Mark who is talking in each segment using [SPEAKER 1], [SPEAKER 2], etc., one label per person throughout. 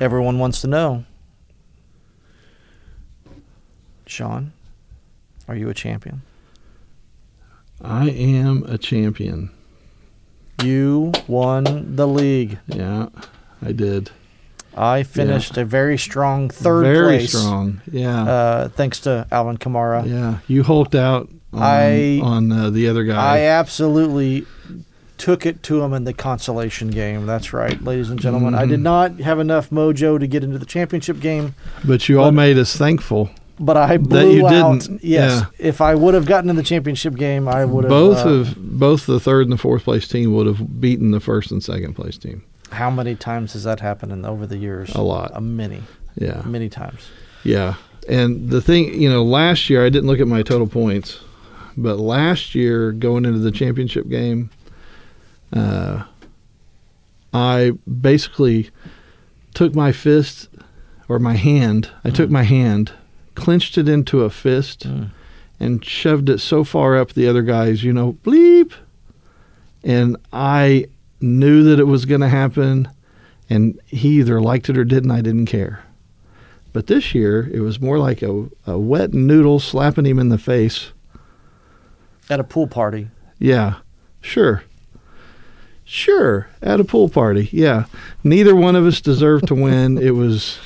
[SPEAKER 1] everyone wants to know. Sean, are you a champion?
[SPEAKER 2] I am a champion.
[SPEAKER 1] You won the league.
[SPEAKER 2] Yeah, I did.
[SPEAKER 1] I finished a very strong third
[SPEAKER 2] Very
[SPEAKER 1] place.
[SPEAKER 2] strong. Yeah.
[SPEAKER 1] Uh, thanks to Alvin Kamara.
[SPEAKER 2] yeah. You hulked out on,
[SPEAKER 1] I-
[SPEAKER 2] on uh, the other
[SPEAKER 1] I
[SPEAKER 2] guy.
[SPEAKER 1] absolutely took it to him in the consolation game. That's right, ladies and gentlemen. I
[SPEAKER 2] Mm-hmm.
[SPEAKER 1] did not have enough mojo to get into the championship game,
[SPEAKER 2] but you all
[SPEAKER 1] but-
[SPEAKER 2] made us thankful.
[SPEAKER 1] but I blew
[SPEAKER 2] you
[SPEAKER 1] out.
[SPEAKER 2] didn't.
[SPEAKER 1] Yes, if I would have gotten in the championship game, I would have.
[SPEAKER 2] Both
[SPEAKER 1] uh,
[SPEAKER 2] of both the third and the fourth place team would have beaten the first and second place team.
[SPEAKER 1] How many times has that happened in, over the years?
[SPEAKER 2] A lot.
[SPEAKER 1] A many,
[SPEAKER 2] Yeah.
[SPEAKER 1] many times.
[SPEAKER 2] Yeah. And the thing, you know, last year I didn't look at my total points, but last year going into the championship game, uh, I basically took my fist or my hand, I took my hand, clenched it into a fist, and shoved it so far up the other guy's, you know, bleep. And I knew that it was going to happen, and he either liked it or didn't. I didn't care. But this year, it was more like a, a wet noodle slapping him in the face.
[SPEAKER 1] At a pool party,
[SPEAKER 2] Yeah, sure. Sure, at a pool party. Yeah. Neither one of us deserved to win. it was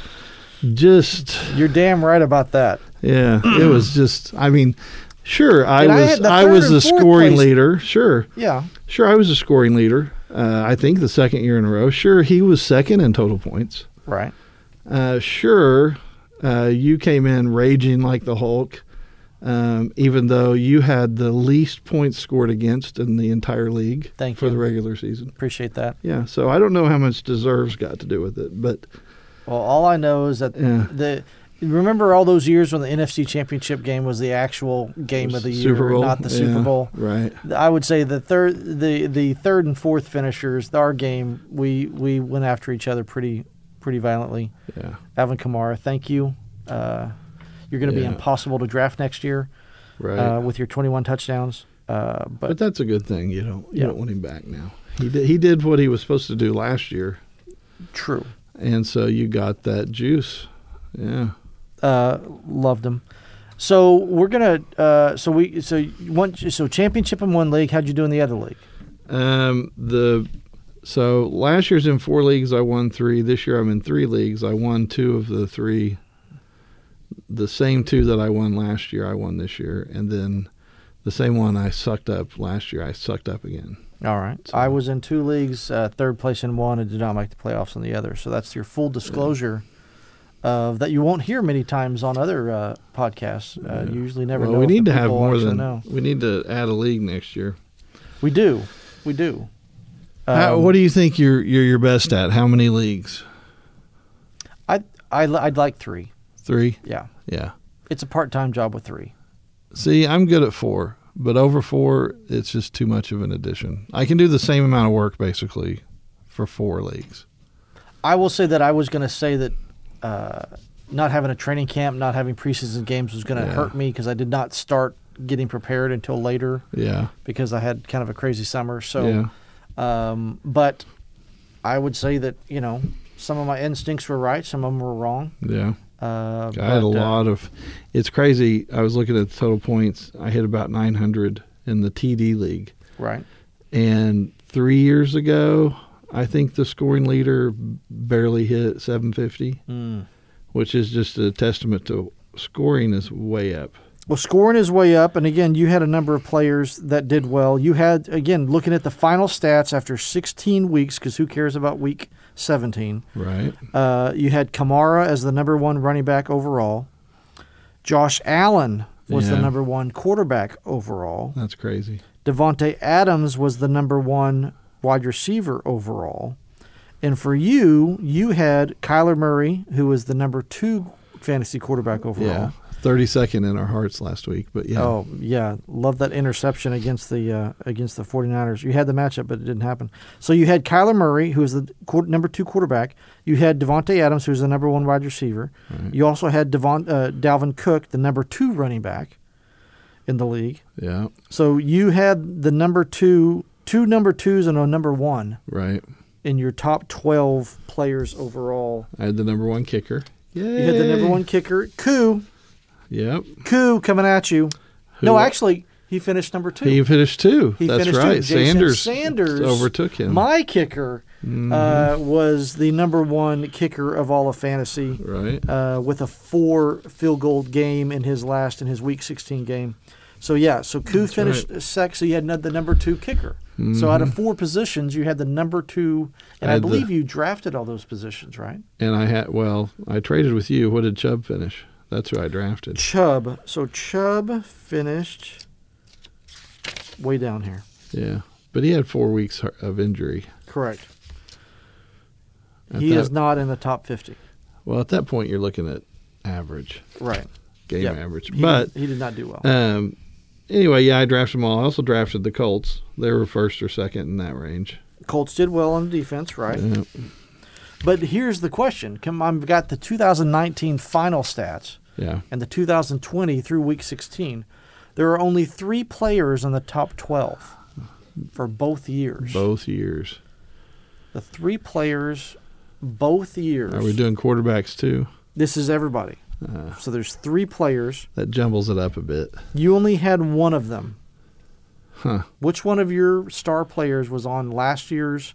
[SPEAKER 2] just,
[SPEAKER 1] you're damn right about that.
[SPEAKER 2] yeah, it was just, I mean, sure, I
[SPEAKER 1] And I
[SPEAKER 2] was
[SPEAKER 1] had the
[SPEAKER 2] I,
[SPEAKER 1] third
[SPEAKER 2] was
[SPEAKER 1] and
[SPEAKER 2] the
[SPEAKER 1] fourth
[SPEAKER 2] scoring
[SPEAKER 1] place.
[SPEAKER 2] leader. Sure.
[SPEAKER 1] Yeah,
[SPEAKER 2] Sure, I was a scoring leader. Uh, I think the second year in a row. Sure, he was second in total points.
[SPEAKER 1] right.
[SPEAKER 2] Uh, sure, uh, you came in raging like the Hulk, um, even though you had the least points scored against in the entire league
[SPEAKER 1] Thank
[SPEAKER 2] for
[SPEAKER 1] you.
[SPEAKER 2] the regular season.
[SPEAKER 1] Appreciate that.
[SPEAKER 2] Yeah, so I don't know how much deserves got to do with it, but
[SPEAKER 1] Well, all I know is that
[SPEAKER 2] Yeah.
[SPEAKER 1] the remember all those years when the NFC Championship game was the actual game of the year,
[SPEAKER 2] Super Bowl,
[SPEAKER 1] not the
[SPEAKER 2] yeah,
[SPEAKER 1] Super Bowl.
[SPEAKER 2] right?
[SPEAKER 1] I would say the third, the the third and fourth finishers. Our game, we we went after each other pretty pretty violently.
[SPEAKER 2] Yeah,
[SPEAKER 1] Alvin Kamara, thank you. Uh, you're going to be
[SPEAKER 2] Yeah.
[SPEAKER 1] impossible to draft next year
[SPEAKER 2] right.
[SPEAKER 1] uh, with your 21 touchdowns. Uh,
[SPEAKER 2] but
[SPEAKER 1] but
[SPEAKER 2] that's a good thing. You don't you
[SPEAKER 1] Yeah.
[SPEAKER 2] don't want him back now. He did, he did what he was supposed to do last year,
[SPEAKER 1] true,
[SPEAKER 2] and so you got that juice. Yeah.
[SPEAKER 1] uh, loved them. So we're gonna. Uh, so we. So you want. So championship in one league. How'd you do in the other league?
[SPEAKER 2] Um, the so last year's in four leagues, I won three. This year, I'm in three leagues. I won two of the three. The same two that I won last year, I won this year, and then the same one I sucked up last year, I sucked up again.
[SPEAKER 1] All right.
[SPEAKER 2] So-
[SPEAKER 1] I was in two leagues, uh, third place in one, and did not make the playoffs in the other. So that's your full disclosure of that you won't hear many times on other uh, podcasts. Uh,
[SPEAKER 2] Yeah.
[SPEAKER 1] You usually never
[SPEAKER 2] well,
[SPEAKER 1] know.
[SPEAKER 2] we
[SPEAKER 1] if the
[SPEAKER 2] need to have
[SPEAKER 1] people
[SPEAKER 2] more
[SPEAKER 1] actually
[SPEAKER 2] than
[SPEAKER 1] know.
[SPEAKER 2] we need to add a league next year.
[SPEAKER 1] we do. We do.
[SPEAKER 2] How,
[SPEAKER 1] Um,
[SPEAKER 2] what do you think you're you're your best at? How many leagues?
[SPEAKER 1] I I li- I'd like three.
[SPEAKER 2] Three.
[SPEAKER 1] Yeah,
[SPEAKER 2] Yeah.
[SPEAKER 1] it's a part-time job with three.
[SPEAKER 2] See, I'm good at four, but over four, it's just too much of an addition. I can do the same amount of work basically for four leagues.
[SPEAKER 1] I will say that I was going to say that uh, not having a training camp, not having preseason games, was going to
[SPEAKER 2] Yeah.
[SPEAKER 1] hurt me because I did not start getting prepared until later
[SPEAKER 2] Yeah.
[SPEAKER 1] because I had kind of a crazy summer. So.
[SPEAKER 2] yeah.
[SPEAKER 1] Um, but I would say that you know some of my instincts were right, some of them were wrong.
[SPEAKER 2] Yeah.
[SPEAKER 1] Uh,
[SPEAKER 2] I had a
[SPEAKER 1] but, uh,
[SPEAKER 2] lot of it's crazy. I was looking at the total points. I hit about 900 in the TD league.
[SPEAKER 1] right.
[SPEAKER 2] And 3 years ago, I think the scoring leader barely hit 750,
[SPEAKER 1] Mm.
[SPEAKER 2] which is just a testament to scoring is way up.
[SPEAKER 1] Well, scoring is way up, and again, you had a number of players that did well. You had again looking at the final stats after 16 weeks, because who cares about week 17?
[SPEAKER 2] Right.
[SPEAKER 1] Uh, you had Kamara as the number one running back overall. Josh Allen was the
[SPEAKER 2] Yeah.
[SPEAKER 1] number one quarterback overall.
[SPEAKER 2] That's crazy.
[SPEAKER 1] Devonte Adams was the number one wide receiver overall, and for you, you had Kyler Murray, who was the number two fantasy quarterback
[SPEAKER 2] Yeah.
[SPEAKER 1] overall.
[SPEAKER 2] 32nd in our hearts last week, but yeah.
[SPEAKER 1] Oh yeah, love that interception against the uh, against the 49ers. You had the matchup, but it didn't happen. So you had Kyler Murray, who was the quar number two quarterback. You had Devonte Adams, who was the number one wide receiver.
[SPEAKER 2] Mm-hmm.
[SPEAKER 1] You also had Devon, uh, Dalvin Cook, the number two running back in the league.
[SPEAKER 2] Yeah.
[SPEAKER 1] So you had the number two, two number twos, and a number one
[SPEAKER 2] Right.
[SPEAKER 1] in your top 12 players overall.
[SPEAKER 2] I had the number one kicker. Yeah.
[SPEAKER 1] You had the number one kicker, Koo,
[SPEAKER 2] Yep.
[SPEAKER 1] Koo coming at you.
[SPEAKER 2] Who-
[SPEAKER 1] no, actually, he finished number two.
[SPEAKER 2] He finished two.
[SPEAKER 1] He
[SPEAKER 2] That's
[SPEAKER 1] finished two.
[SPEAKER 2] right.
[SPEAKER 1] Jason
[SPEAKER 2] Sanders,
[SPEAKER 1] Sanders
[SPEAKER 2] overtook him. Mm-hmm.
[SPEAKER 1] My kicker uh, was the number one kicker of all of fantasy
[SPEAKER 2] right.
[SPEAKER 1] uh, with a four field goal game in his last in his week 16 game. So yeah, so Koo finished sec, so you had the number two kicker. So out of four positions, you had the number two, and
[SPEAKER 2] Mm-hmm. I
[SPEAKER 1] I,
[SPEAKER 2] had the-
[SPEAKER 1] believe you drafted all those positions, right?
[SPEAKER 2] And I had well, I traded with you. What did Chubb finish? That's who I drafted.
[SPEAKER 1] Chubb. So Chubb finished way down here.
[SPEAKER 2] Yeah, but he had four weeks of injury.
[SPEAKER 1] Correct.
[SPEAKER 2] At
[SPEAKER 1] he
[SPEAKER 2] that,
[SPEAKER 1] is not in the top 50.
[SPEAKER 2] well, at that point, you're looking at average
[SPEAKER 1] Right.
[SPEAKER 2] game
[SPEAKER 1] Yep.
[SPEAKER 2] average.
[SPEAKER 1] He
[SPEAKER 2] But
[SPEAKER 1] did- he did not do well.
[SPEAKER 2] um, anyway, yeah, I drafted them all. I also drafted the Colts. They were first or second in that range. Uh,
[SPEAKER 1] Colts did well on defense, right?
[SPEAKER 2] Yeah.
[SPEAKER 1] But here's the question: Come, I've got the 2019 final stats
[SPEAKER 2] yeah.
[SPEAKER 1] and the 2020 through week 16. There are only three players in the top 12 for both years.
[SPEAKER 2] both years.
[SPEAKER 1] The three players, both years.
[SPEAKER 2] Are we doing quarterbacks too?
[SPEAKER 1] this is everybody.
[SPEAKER 2] Uh,
[SPEAKER 1] So there's three players.
[SPEAKER 2] that jumbles it up a bit.
[SPEAKER 1] You only had one of them.
[SPEAKER 2] Huh.
[SPEAKER 1] Which one of your star players was on last year's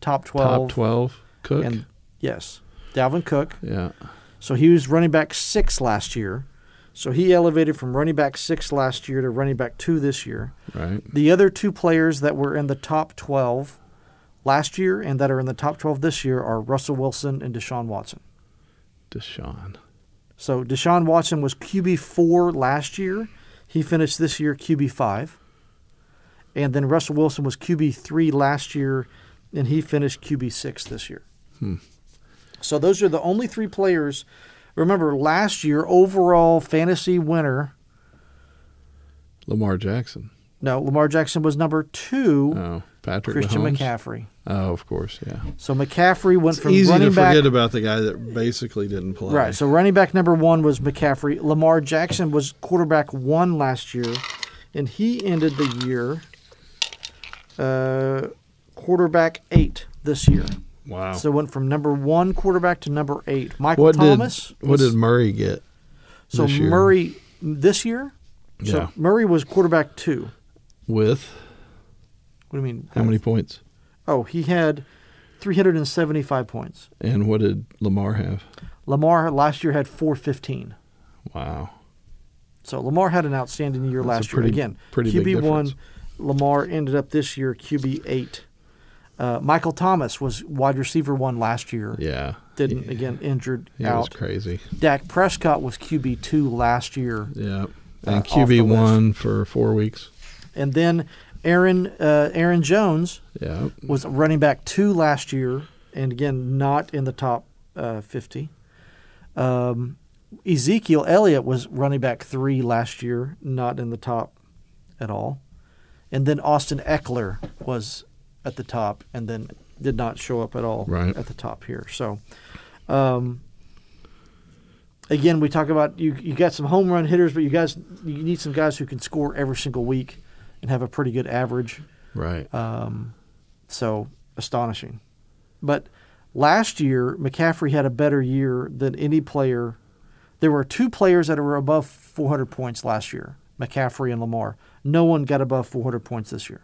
[SPEAKER 1] top 12?
[SPEAKER 2] Top 12 Cook.
[SPEAKER 1] And yes, Dalvin Cook.
[SPEAKER 2] yeah.
[SPEAKER 1] So he was running back six last year. So he elevated from running back six last year to running back two this year.
[SPEAKER 2] Right.
[SPEAKER 1] The other two players that were in the top 12 last year and that are in the top 12 this year are Russell Wilson and Deshaun Watson.
[SPEAKER 2] Deshaun.
[SPEAKER 1] So Deshaun Watson was QB4 last year. He finished this year QB5. And then Russell Wilson was QB3 last year and he finished QB6 this year.
[SPEAKER 2] Hmm.
[SPEAKER 1] So those are the only three players. Remember, last year, overall fantasy winner.
[SPEAKER 2] Lamar Jackson.
[SPEAKER 1] No, Lamar Jackson was number two,
[SPEAKER 2] Oh, Patrick
[SPEAKER 1] Christian
[SPEAKER 2] Mahomes.
[SPEAKER 1] McCaffrey.
[SPEAKER 2] Oh, of course. Yeah.
[SPEAKER 1] So McCaffrey went from
[SPEAKER 2] easy
[SPEAKER 1] running
[SPEAKER 2] to
[SPEAKER 1] back.
[SPEAKER 2] forget about the guy that basically didn't play.
[SPEAKER 1] Right. So running back number one was McCaffrey. Lamar Jackson was quarterback one last year, and he ended the year uh, quarterback eight this year.
[SPEAKER 2] Wow.
[SPEAKER 1] So went from number one quarterback to number eight. Michael
[SPEAKER 2] what
[SPEAKER 1] Thomas.
[SPEAKER 2] did what
[SPEAKER 1] was-
[SPEAKER 2] did Murray get?
[SPEAKER 1] so
[SPEAKER 2] this year?
[SPEAKER 1] Murray this year? So
[SPEAKER 2] Yeah.
[SPEAKER 1] Murray was quarterback two.
[SPEAKER 2] With
[SPEAKER 1] What do you mean?
[SPEAKER 2] how many points?
[SPEAKER 1] Oh, he had 375 points.
[SPEAKER 2] And what did Lamar have?
[SPEAKER 1] Lamar last year had 415.
[SPEAKER 2] Wow.
[SPEAKER 1] So Lamar had an outstanding year
[SPEAKER 2] That's a
[SPEAKER 1] last
[SPEAKER 2] pretty-
[SPEAKER 1] year. Again,
[SPEAKER 2] pretty big
[SPEAKER 1] QB one,
[SPEAKER 2] difference.
[SPEAKER 1] Lamar ended up this year QB eight. Uh, Michael Thomas was wide receiver one last year.
[SPEAKER 2] Yeah.
[SPEAKER 1] Didn't
[SPEAKER 2] Yeah.
[SPEAKER 1] again injured
[SPEAKER 2] He was
[SPEAKER 1] out.
[SPEAKER 2] crazy.
[SPEAKER 1] Dak Prescott was QB two last year,
[SPEAKER 2] Yeah.
[SPEAKER 1] Uh,
[SPEAKER 2] And
[SPEAKER 1] off the
[SPEAKER 2] QB one for four weeks.
[SPEAKER 1] and then Aaron uh, Aaron Jones
[SPEAKER 2] Yeah.
[SPEAKER 1] was running back two last year, and again not in the top uh, fifty. Um, Ezekiel Elliott was running back three last year, not in the top at all. And then Austin Eckler was at the top, and then did not show up at all
[SPEAKER 2] Right.
[SPEAKER 1] at the top here. So, um, again, we talk about you. You got some home run hitters, but you guys you need some guys who can score every single week and have a pretty good average.
[SPEAKER 2] Right.
[SPEAKER 1] Um, so astonishing. But last year, McCaffrey had a better year than any player. There were two players that were above 400 points last year McCaffrey and Lamar. No one got above 400 points this year.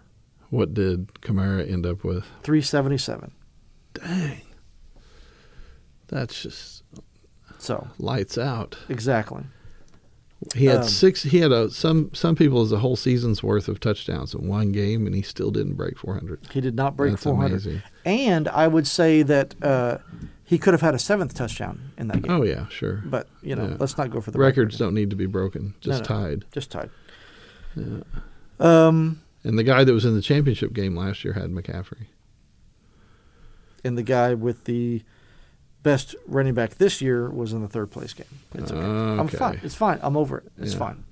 [SPEAKER 2] What did Kamara end up with?
[SPEAKER 1] 377.
[SPEAKER 2] Dang. That's just
[SPEAKER 1] So,
[SPEAKER 2] lights out.
[SPEAKER 1] exactly.
[SPEAKER 2] He had
[SPEAKER 1] Um,
[SPEAKER 2] six. He had a some some people as a whole season's worth of touchdowns in one game, and he still didn't break 400.
[SPEAKER 1] He did not break
[SPEAKER 2] That's
[SPEAKER 1] 400.
[SPEAKER 2] amazing.
[SPEAKER 1] And I would say that uh, he could have had a seventh touchdown in that game.
[SPEAKER 2] Oh yeah, sure.
[SPEAKER 1] But, you know,
[SPEAKER 2] Yeah.
[SPEAKER 1] let's not go for the
[SPEAKER 2] Records
[SPEAKER 1] record.
[SPEAKER 2] don't need to be broken, just
[SPEAKER 1] no.
[SPEAKER 2] tied.
[SPEAKER 1] Just tied.
[SPEAKER 2] Yeah.
[SPEAKER 1] Um,
[SPEAKER 2] And the guy that was in the championship game last year had McCaffrey.
[SPEAKER 1] and the guy with the best running back this year was in the third place game. It's okay. I'm
[SPEAKER 2] Okay.
[SPEAKER 1] fine. It's fine. I'm over it. It's
[SPEAKER 2] Yeah.
[SPEAKER 1] fine.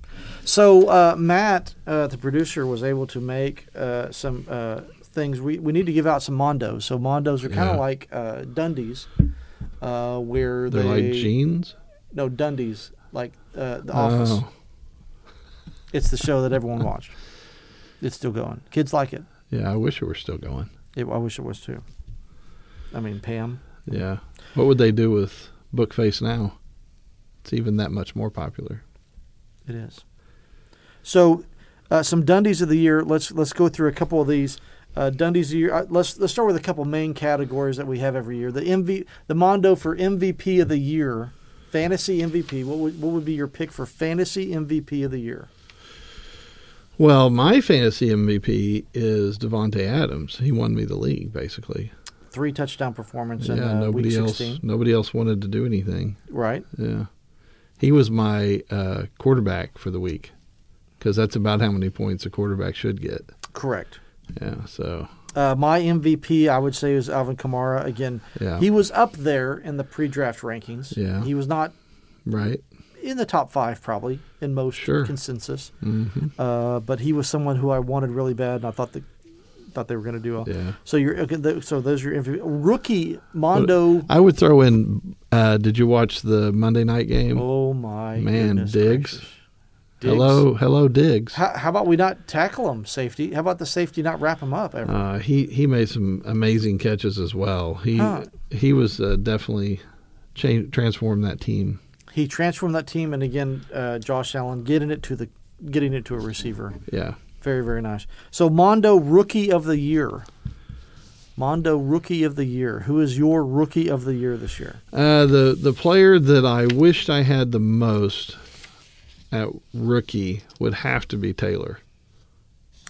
[SPEAKER 1] So uh, Matt, uh, the producer, was able to make uh, some uh, things. We, we need to give out some mondos. So mondos are kind of
[SPEAKER 2] Yeah.
[SPEAKER 1] like uh, Dundies, uh, where
[SPEAKER 2] They're
[SPEAKER 1] they
[SPEAKER 2] like jeans.
[SPEAKER 1] no Dundies like uh, the Office.
[SPEAKER 2] Oh,
[SPEAKER 1] It's the show that everyone watched. It's still going. Kids like it.
[SPEAKER 2] yeah. I wish it were still going.
[SPEAKER 1] it I wish it was too. I mean, Pam.
[SPEAKER 2] Yeah. What would they do with Bookface now? It's even that much more popular.
[SPEAKER 1] It is. So, uh, some Dundies of the year. Let's let's go through a couple of these. Uh, Dundies of the year. Uh, let's let's start with a couple main categories that we have every year. The MV, the Mondo for MVP of the year, fantasy MVP. What would what would be your pick for fantasy MVP of the year?
[SPEAKER 2] Well, my fantasy MVP is Devonte Adams. He won me the league basically.
[SPEAKER 1] Three touchdown performance in
[SPEAKER 2] yeah,
[SPEAKER 1] uh, week
[SPEAKER 2] nobody else.
[SPEAKER 1] sixteen.
[SPEAKER 2] Nobody else wanted to do anything.
[SPEAKER 1] Right.
[SPEAKER 2] Yeah. He was my uh, quarterback for the week because that's about how many points a quarterback should get.
[SPEAKER 1] Correct.
[SPEAKER 2] Yeah. So,
[SPEAKER 1] Uh, my MVP, I would say, is Alvin Kamara. Again,
[SPEAKER 2] yeah.
[SPEAKER 1] he was up there in the pre-draft rankings.
[SPEAKER 2] Yeah.
[SPEAKER 1] He was not
[SPEAKER 2] right.
[SPEAKER 1] in the top five probably in most
[SPEAKER 2] Sure.
[SPEAKER 1] consensus.
[SPEAKER 2] hmm
[SPEAKER 1] Uh, but he was someone who I wanted really bad, and I thought that thought they were going to do well.
[SPEAKER 2] Yeah.
[SPEAKER 1] So you're okay, th- so those are your MVP. rookie Mondo.
[SPEAKER 2] I would throw in uh, did you watch the Monday night game?
[SPEAKER 1] oh my
[SPEAKER 2] Man,
[SPEAKER 1] goodness
[SPEAKER 2] Diggs.
[SPEAKER 1] gracious. Diggs.
[SPEAKER 2] hello, hello, Diggs.
[SPEAKER 1] How, how about we not tackle him safety? How about the safety not wrap him up ever?
[SPEAKER 2] Uh, he he made some amazing catches as well. He
[SPEAKER 1] Huh.
[SPEAKER 2] he was uh, definitely cha- transformed that team.
[SPEAKER 1] he transformed that team, and again, uh, Josh Allen getting it to the getting it to a receiver.
[SPEAKER 2] Yeah.
[SPEAKER 1] Very very nice. So Mondo rookie of the year. Mondo rookie of the year. Who is your rookie of the year this year?
[SPEAKER 2] Uh, the the player that I wished I had the most at rookie would have to be Taylor.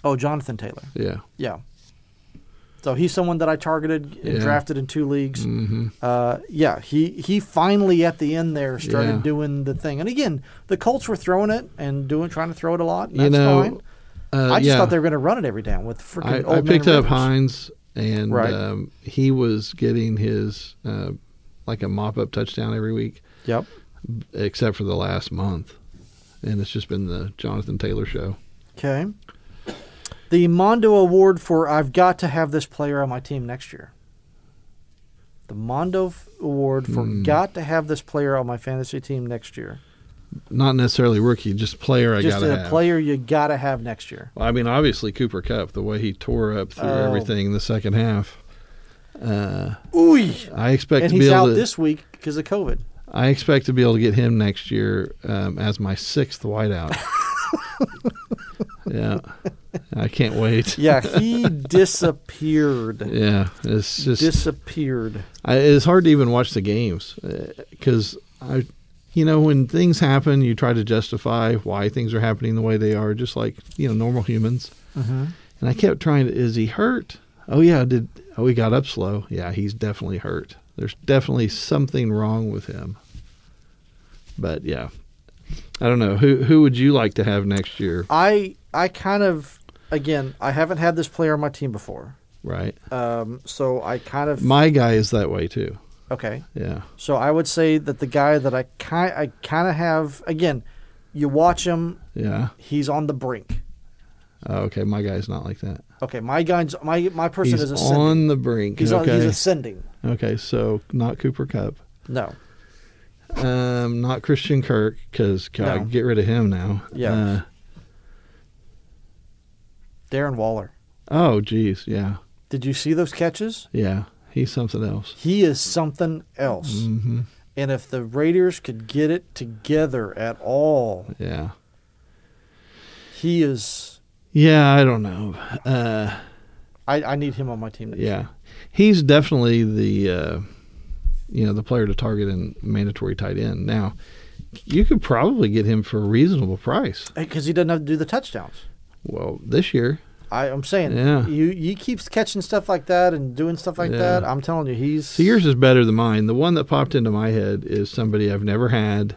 [SPEAKER 1] Oh, Jonathan Taylor.
[SPEAKER 2] Yeah.
[SPEAKER 1] Yeah. So he's someone that I targeted and
[SPEAKER 2] Yeah.
[SPEAKER 1] drafted in two leagues.
[SPEAKER 2] hmm
[SPEAKER 1] Uh, yeah, he he finally at the end there started
[SPEAKER 2] Yeah.
[SPEAKER 1] doing the thing. And again, the Colts were throwing it and doing trying to throw it a lot. And
[SPEAKER 2] you
[SPEAKER 1] that's
[SPEAKER 2] know,
[SPEAKER 1] fine.
[SPEAKER 2] Uh,
[SPEAKER 1] I just
[SPEAKER 2] yeah.
[SPEAKER 1] thought they were going to run it every down with freaking
[SPEAKER 2] I,
[SPEAKER 1] old
[SPEAKER 2] I
[SPEAKER 1] man
[SPEAKER 2] picked up
[SPEAKER 1] Rivers.
[SPEAKER 2] Hines, and
[SPEAKER 1] Right.
[SPEAKER 2] um, he was getting his uh, like a mop up touchdown every week,
[SPEAKER 1] Yep.
[SPEAKER 2] except for the last month, and it's just been the Jonathan Taylor show.
[SPEAKER 1] Okay. The Mondo Award for I've got to have this player on my team next year. The Mondo f- Award for
[SPEAKER 2] Hmm.
[SPEAKER 1] got to have this player on my fantasy team next year.
[SPEAKER 2] Not necessarily rookie, just player. I
[SPEAKER 1] Just
[SPEAKER 2] gotta
[SPEAKER 1] a
[SPEAKER 2] have.
[SPEAKER 1] player you got to have next year.
[SPEAKER 2] I mean, obviously Cooper Cup, the way he tore up through
[SPEAKER 1] Oh.
[SPEAKER 2] everything in the second half. Uh,
[SPEAKER 1] Ooh.
[SPEAKER 2] I expect
[SPEAKER 1] and
[SPEAKER 2] to be
[SPEAKER 1] he's
[SPEAKER 2] able
[SPEAKER 1] out
[SPEAKER 2] to.
[SPEAKER 1] this week because of COVID.
[SPEAKER 2] I expect to be able to get him next year um, as my sixth whiteout. yeah, I can't wait.
[SPEAKER 1] Yeah, he disappeared.
[SPEAKER 2] Yeah, it's just
[SPEAKER 1] disappeared.
[SPEAKER 2] I, it's hard to even watch the games because I, you know, when things happen, you try to justify why things are happening the way they are, just like you know normal humans.
[SPEAKER 1] Mm-hmm.
[SPEAKER 2] And I kept trying to. Is he hurt? Oh yeah, did oh he got up slow? Yeah, he's definitely hurt. There's definitely something wrong with him. But yeah, I don't know who who would you like to have next year,
[SPEAKER 1] I I kind of again I haven't had this player on my team before,
[SPEAKER 2] right?
[SPEAKER 1] um, so I kind of
[SPEAKER 2] My guy is that way too.
[SPEAKER 1] okay.
[SPEAKER 2] Yeah,
[SPEAKER 1] So I would say that the guy that I kind I kind of have again, you watch him,
[SPEAKER 2] yeah.
[SPEAKER 1] he's on the brink.
[SPEAKER 2] Oh, okay, my guy's not like that.
[SPEAKER 1] Okay, my guy's my my person
[SPEAKER 2] he's
[SPEAKER 1] is ascending.
[SPEAKER 2] on the brink.
[SPEAKER 1] he's
[SPEAKER 2] okay.
[SPEAKER 1] on, he's ascending.
[SPEAKER 2] Okay, so not Cooper Cup,
[SPEAKER 1] No,
[SPEAKER 2] um, not Christian Kirk, because
[SPEAKER 1] No.
[SPEAKER 2] get rid of him now.
[SPEAKER 1] Yeah.
[SPEAKER 2] Uh,
[SPEAKER 1] Darren Waller.
[SPEAKER 2] oh, geez, yeah,
[SPEAKER 1] Did you see those catches?
[SPEAKER 2] yeah, he's something else.
[SPEAKER 1] He is something else.
[SPEAKER 2] hmm
[SPEAKER 1] And if the Raiders could get it together at all,
[SPEAKER 2] Yeah,
[SPEAKER 1] he is.
[SPEAKER 2] yeah, I don't know. Uh,
[SPEAKER 1] I, I need him on my team. next year.
[SPEAKER 2] yeah, he's definitely the uh, you know the player to target in mandatory tight end. Now, you could probably get him for a reasonable price.
[SPEAKER 1] because he doesn't have to do the touchdowns.
[SPEAKER 2] Well, this year,
[SPEAKER 1] I, I'm saying,
[SPEAKER 2] Yeah.
[SPEAKER 1] you he keeps catching stuff like that and doing stuff like
[SPEAKER 2] Yeah.
[SPEAKER 1] that. I'm telling you, he's
[SPEAKER 2] So yours is better than mine. The one that popped into my head is somebody I've never had,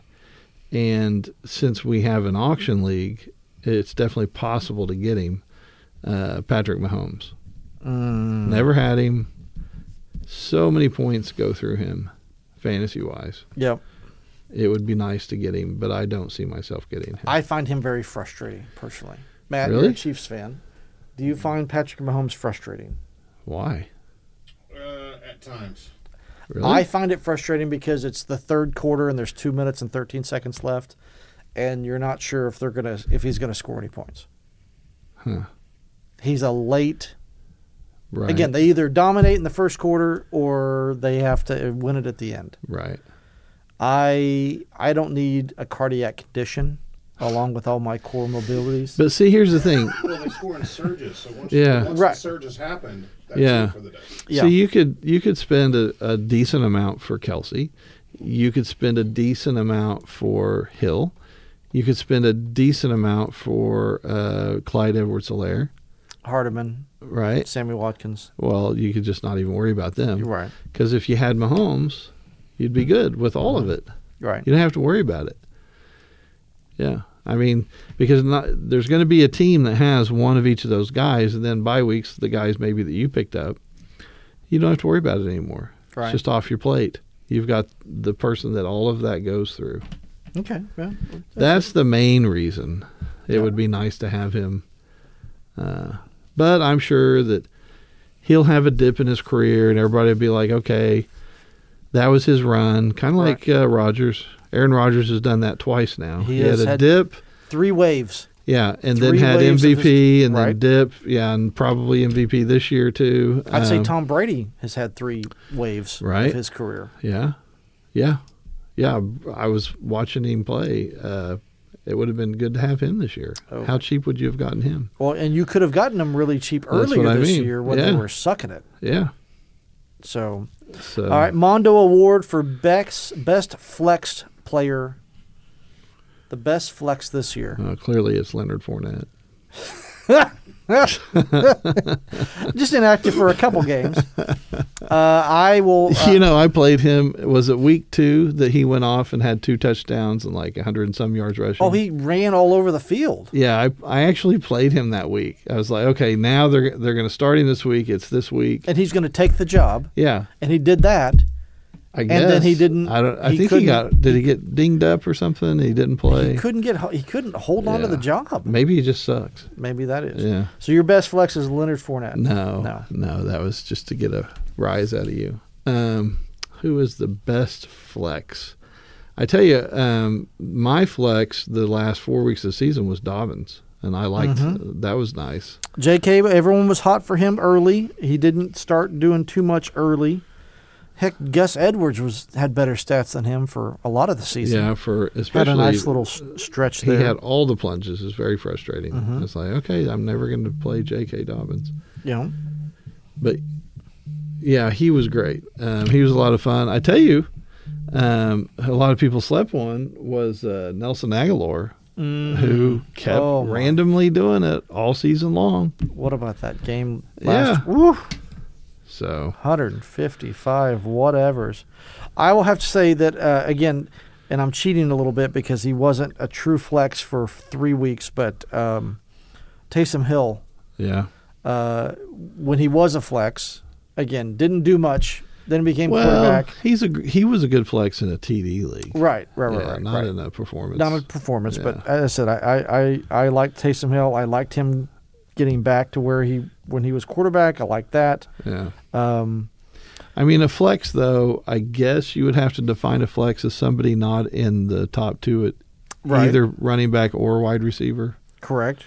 [SPEAKER 2] and since we have an auction league, it's definitely possible to get him. Uh, Patrick Mahomes.
[SPEAKER 1] Mm.
[SPEAKER 2] Never had him. So many points go through him, fantasy wise.
[SPEAKER 1] Yeah,
[SPEAKER 2] It would be nice to get him, but I don't see myself getting him.
[SPEAKER 1] I find him very frustrating personally. Matt, you're a
[SPEAKER 2] Really?
[SPEAKER 1] Chiefs fan. Do you find Patrick Mahomes frustrating?
[SPEAKER 2] Why?
[SPEAKER 3] Uh, at times.
[SPEAKER 2] Really?
[SPEAKER 1] I find it frustrating because it's the third quarter and there's two minutes and 13 seconds left, and you're not sure if they're gonna if he's gonna score any points.
[SPEAKER 2] Huh.
[SPEAKER 1] He's a late
[SPEAKER 2] Right.
[SPEAKER 1] Again, they either dominate in the first quarter or they have to win it at the end.
[SPEAKER 2] right.
[SPEAKER 1] I I don't need a cardiac condition along with all my core mobilities.
[SPEAKER 2] But see, here's the thing.
[SPEAKER 3] Well, they score in surges, so once,
[SPEAKER 2] Yeah.
[SPEAKER 3] once
[SPEAKER 1] Right.
[SPEAKER 3] the surge has happened, that's
[SPEAKER 2] Yeah.
[SPEAKER 3] it for the day.
[SPEAKER 1] yeah.
[SPEAKER 2] So you could you could spend a, a decent amount for Kelsey. You could spend a decent amount for Hill. You could spend a decent amount for uh, Clyde edwards helaire
[SPEAKER 1] Hardiman,
[SPEAKER 2] right?
[SPEAKER 1] Sammy Watkins.
[SPEAKER 2] Well, you could just not even worry about
[SPEAKER 1] You're
[SPEAKER 2] them
[SPEAKER 1] right.
[SPEAKER 2] because if you had Mahomes, you'd be good with all of it.
[SPEAKER 1] You're right.
[SPEAKER 2] You don't have to worry about it. Yeah. I mean, because not, there's going to be a team that has one of each of those guys, and then by weeks, the guys maybe that you picked up, you don't have to worry about it anymore.
[SPEAKER 1] Right.
[SPEAKER 2] It's just off your plate. You've got the person that all of that goes through.
[SPEAKER 1] Okay. Yeah.
[SPEAKER 2] That's the main reason. It
[SPEAKER 1] Yeah.
[SPEAKER 2] would be nice to have him. Uh, but I'm sure that he'll have a dip in his career, and everybody will be like, okay, that was his run. Kind of
[SPEAKER 1] Right.
[SPEAKER 2] like uh, Rodgers. Aaron Rodgers has done that twice now.
[SPEAKER 1] He
[SPEAKER 2] He,
[SPEAKER 1] has
[SPEAKER 2] had a
[SPEAKER 1] had-
[SPEAKER 2] dip,
[SPEAKER 1] Three waves.
[SPEAKER 2] yeah, and
[SPEAKER 1] three
[SPEAKER 2] then had
[SPEAKER 1] waves of his-
[SPEAKER 2] MVP, and
[SPEAKER 1] right.
[SPEAKER 2] then dip, yeah, and probably MVP this year too.
[SPEAKER 1] I'd say
[SPEAKER 2] Um,
[SPEAKER 1] Tom Brady has had three waves
[SPEAKER 2] Right.
[SPEAKER 1] of his career.
[SPEAKER 2] Yeah, yeah, yeah. I was watching him play. Uh, it would have been good to have him this year.
[SPEAKER 1] Oh.
[SPEAKER 2] How cheap would you have gotten him?
[SPEAKER 1] Well, and you could have gotten them really cheap
[SPEAKER 2] That's
[SPEAKER 1] earlier
[SPEAKER 2] what I
[SPEAKER 1] this
[SPEAKER 2] mean.
[SPEAKER 1] year when they
[SPEAKER 2] Yeah.
[SPEAKER 1] were sucking it.
[SPEAKER 2] Yeah.
[SPEAKER 1] So,
[SPEAKER 2] So
[SPEAKER 1] all right, Mondo Award for Beck's best flex player, the best flex this year.
[SPEAKER 2] uh, clearly, it's Leonard Fournette.
[SPEAKER 1] Just inactive for a couple games. Uh, I will. uh,
[SPEAKER 2] you know, I played him. Was it week two that he went off and had two touchdowns and like a hundred and some yards rushing?
[SPEAKER 1] oh, he ran all over the field.
[SPEAKER 2] Yeah, I I actually played him that week. I was like, okay, now they're they're going to start him this week. It's this week.
[SPEAKER 1] and he's going to take the job.
[SPEAKER 2] Yeah,
[SPEAKER 1] And he did that.
[SPEAKER 2] I guess.
[SPEAKER 1] then he didn't-
[SPEAKER 2] I don't. I
[SPEAKER 1] he
[SPEAKER 2] think
[SPEAKER 1] couldn't-
[SPEAKER 2] he got. Did he get dinged up or something? He didn't play.
[SPEAKER 1] He couldn't get. He couldn't hold on to
[SPEAKER 2] Yeah.
[SPEAKER 1] the job.
[SPEAKER 2] Maybe he just sucks.
[SPEAKER 1] Maybe that is.
[SPEAKER 2] Yeah.
[SPEAKER 1] So your best flex is Leonard Fournette.
[SPEAKER 2] No,
[SPEAKER 1] No.
[SPEAKER 2] no, That was just to get a rise out of you. Um, who is the best flex? I tell you, um, my flex the last four weeks of the season was Dobbins, and I liked
[SPEAKER 1] Mm-hmm.
[SPEAKER 2] that was nice.
[SPEAKER 1] J.K. Everyone was hot for him early. He didn't start doing too much early. Heck, Gus Edwards was had better stats than him for a lot of the season.
[SPEAKER 2] Yeah, for
[SPEAKER 1] had
[SPEAKER 2] especially
[SPEAKER 1] a nice little s- stretch
[SPEAKER 2] he
[SPEAKER 1] there. Mm-hmm.
[SPEAKER 2] had all the plunges. It's very frustrating. It's like okay, I'm never going to play J.K. Dobbins,
[SPEAKER 1] you know,
[SPEAKER 2] but yeah, he was great. Um, he was a lot of fun. I tell you. Um, a lot of people slept on was uh, Nelson Aguilar who kept
[SPEAKER 1] Mm-hmm. Oh, my.
[SPEAKER 2] randomly doing it all season long.
[SPEAKER 1] what about that game last? Woo,
[SPEAKER 2] So
[SPEAKER 1] 155 whatevers. I will have to say that uh, again, and I'm cheating a little bit because he wasn't a true flex for three weeks, but um, Taysom Hill,
[SPEAKER 2] yeah,
[SPEAKER 1] uh, when he was a flex, again didn't do much. Then became
[SPEAKER 2] well,
[SPEAKER 1] quarterback.
[SPEAKER 2] he's a gr- he was a good flex in a TD league,
[SPEAKER 1] Right, right, right,
[SPEAKER 2] Yeah,
[SPEAKER 1] right.
[SPEAKER 2] not
[SPEAKER 1] right.
[SPEAKER 2] in a performance.
[SPEAKER 1] Not a performance, but
[SPEAKER 2] Yeah.
[SPEAKER 1] as I said, I, I, I, I liked Taysom Hill. I liked him getting back to where he when he was quarterback. I liked that.
[SPEAKER 2] yeah,
[SPEAKER 1] Um,
[SPEAKER 2] I mean a flex though. I guess you would have to define a flex as somebody not in the top two at
[SPEAKER 1] Right.
[SPEAKER 2] either running back or wide receiver.
[SPEAKER 1] correct.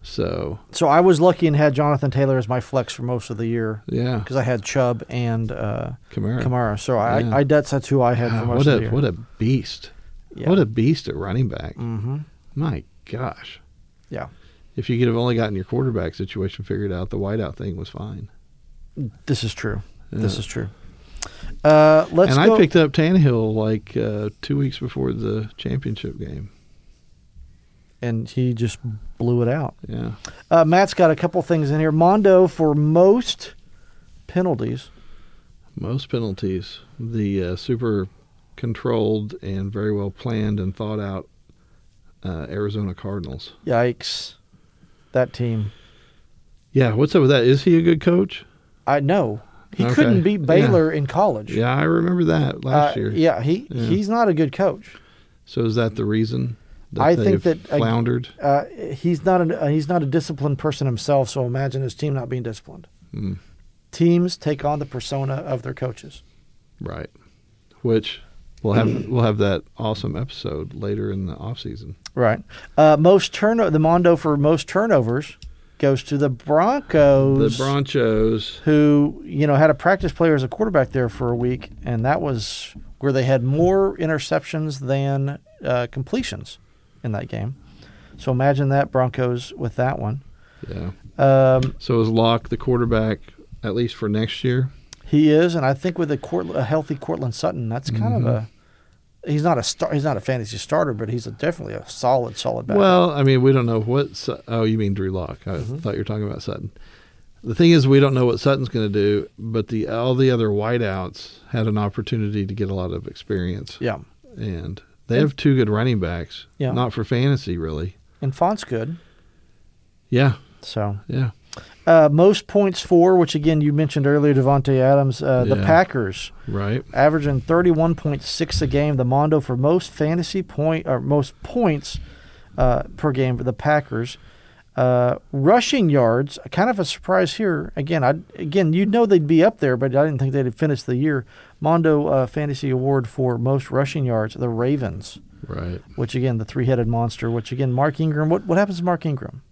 [SPEAKER 2] So
[SPEAKER 1] So I was lucky and had Jonathan Taylor as my flex for most of the year
[SPEAKER 2] yeah,
[SPEAKER 1] because I had Chubb and uh,
[SPEAKER 2] Kamara.
[SPEAKER 1] Kamara. So I,
[SPEAKER 2] Yeah.
[SPEAKER 1] I that's that's who I had for
[SPEAKER 2] Ah,
[SPEAKER 1] most
[SPEAKER 2] what
[SPEAKER 1] of the
[SPEAKER 2] a
[SPEAKER 1] year.
[SPEAKER 2] what a beast!
[SPEAKER 1] yeah.
[SPEAKER 2] What a beast at running back.
[SPEAKER 1] mm-hmm.
[SPEAKER 2] My gosh.
[SPEAKER 1] Yeah.
[SPEAKER 2] If you could have only gotten your quarterback situation figured out, the whiteout thing was fine.
[SPEAKER 1] This is true. This
[SPEAKER 2] Yeah.
[SPEAKER 1] is true. Uh, let's
[SPEAKER 2] and
[SPEAKER 1] go.
[SPEAKER 2] I picked up Tannehill like uh, two weeks before the championship game.
[SPEAKER 1] and he just blew it out.
[SPEAKER 2] Yeah.
[SPEAKER 1] Uh, Matt's got a couple things in here. Mondo for most penalties.
[SPEAKER 2] Most penalties, the uh, super controlled and very well planned and thought out uh, Arizona Cardinals.
[SPEAKER 1] Yikes. That team.
[SPEAKER 2] Yeah. What's up with that? Is he a good coach?
[SPEAKER 1] I know. He
[SPEAKER 2] Okay.
[SPEAKER 1] couldn't beat
[SPEAKER 2] Yeah.
[SPEAKER 1] Baylor in college.
[SPEAKER 2] Yeah. I remember that last
[SPEAKER 1] Uh,
[SPEAKER 2] year.
[SPEAKER 1] Yeah, he,
[SPEAKER 2] Yeah.
[SPEAKER 1] he's not a good coach.
[SPEAKER 2] So is that the reason that
[SPEAKER 1] I
[SPEAKER 2] they've
[SPEAKER 1] think that, uh,
[SPEAKER 2] floundered?
[SPEAKER 1] Uh, he's not an, uh, he's not a disciplined person himself, so imagine his team not being disciplined.
[SPEAKER 2] Mm.
[SPEAKER 1] Teams take on the persona of their coaches.
[SPEAKER 2] Right. Which we'll have we'll have that awesome episode later in the off season.
[SPEAKER 1] Right. Uh, most turno the Mondo for most turnovers goes to the Broncos,
[SPEAKER 2] The Bronchos.
[SPEAKER 1] who you know had a practice player as a quarterback there for a week, and that was where they had more interceptions than uh, completions in that game. So imagine that Broncos with that one.
[SPEAKER 2] Yeah.
[SPEAKER 1] Um,
[SPEAKER 2] So is Locke the quarterback at least for next year?
[SPEAKER 1] he is, and I think with a, Court, a healthy Cortland Sutton, that's kind of a.
[SPEAKER 2] Mm-hmm.
[SPEAKER 1] He's not a star. He's not a fantasy starter, but he's a, definitely a solid, solid back.
[SPEAKER 2] Well, I mean, we don't know what. Su- Oh, you mean Drew Locke? I thought you were talking about Sutton. The thing is, we don't know what Sutton's going to do, but the all the other wideouts had an opportunity to get a lot of experience,
[SPEAKER 1] yeah,
[SPEAKER 2] and they have two good running backs.
[SPEAKER 1] Yeah.
[SPEAKER 2] Not for fantasy, really.
[SPEAKER 1] and Font's good.
[SPEAKER 2] Yeah,
[SPEAKER 1] So
[SPEAKER 2] yeah.
[SPEAKER 1] uh, most points for, which again you mentioned earlier, Devonte Adams. Uh, The
[SPEAKER 2] Yeah.
[SPEAKER 1] Packers
[SPEAKER 2] Right.
[SPEAKER 1] averaging thirty-one point six a game. The mondo for most fantasy point or most points uh, per game for the Packers. Uh, rushing yards, kind of a surprise here. Again, I again you know they'd be up there, but I didn't think they'd finish the year. Mondo uh, fantasy award for most rushing yards, the Ravens,
[SPEAKER 2] Right.
[SPEAKER 1] which again the three-headed monster. Which again, Mark Ingram. What what happens to Mark Ingram?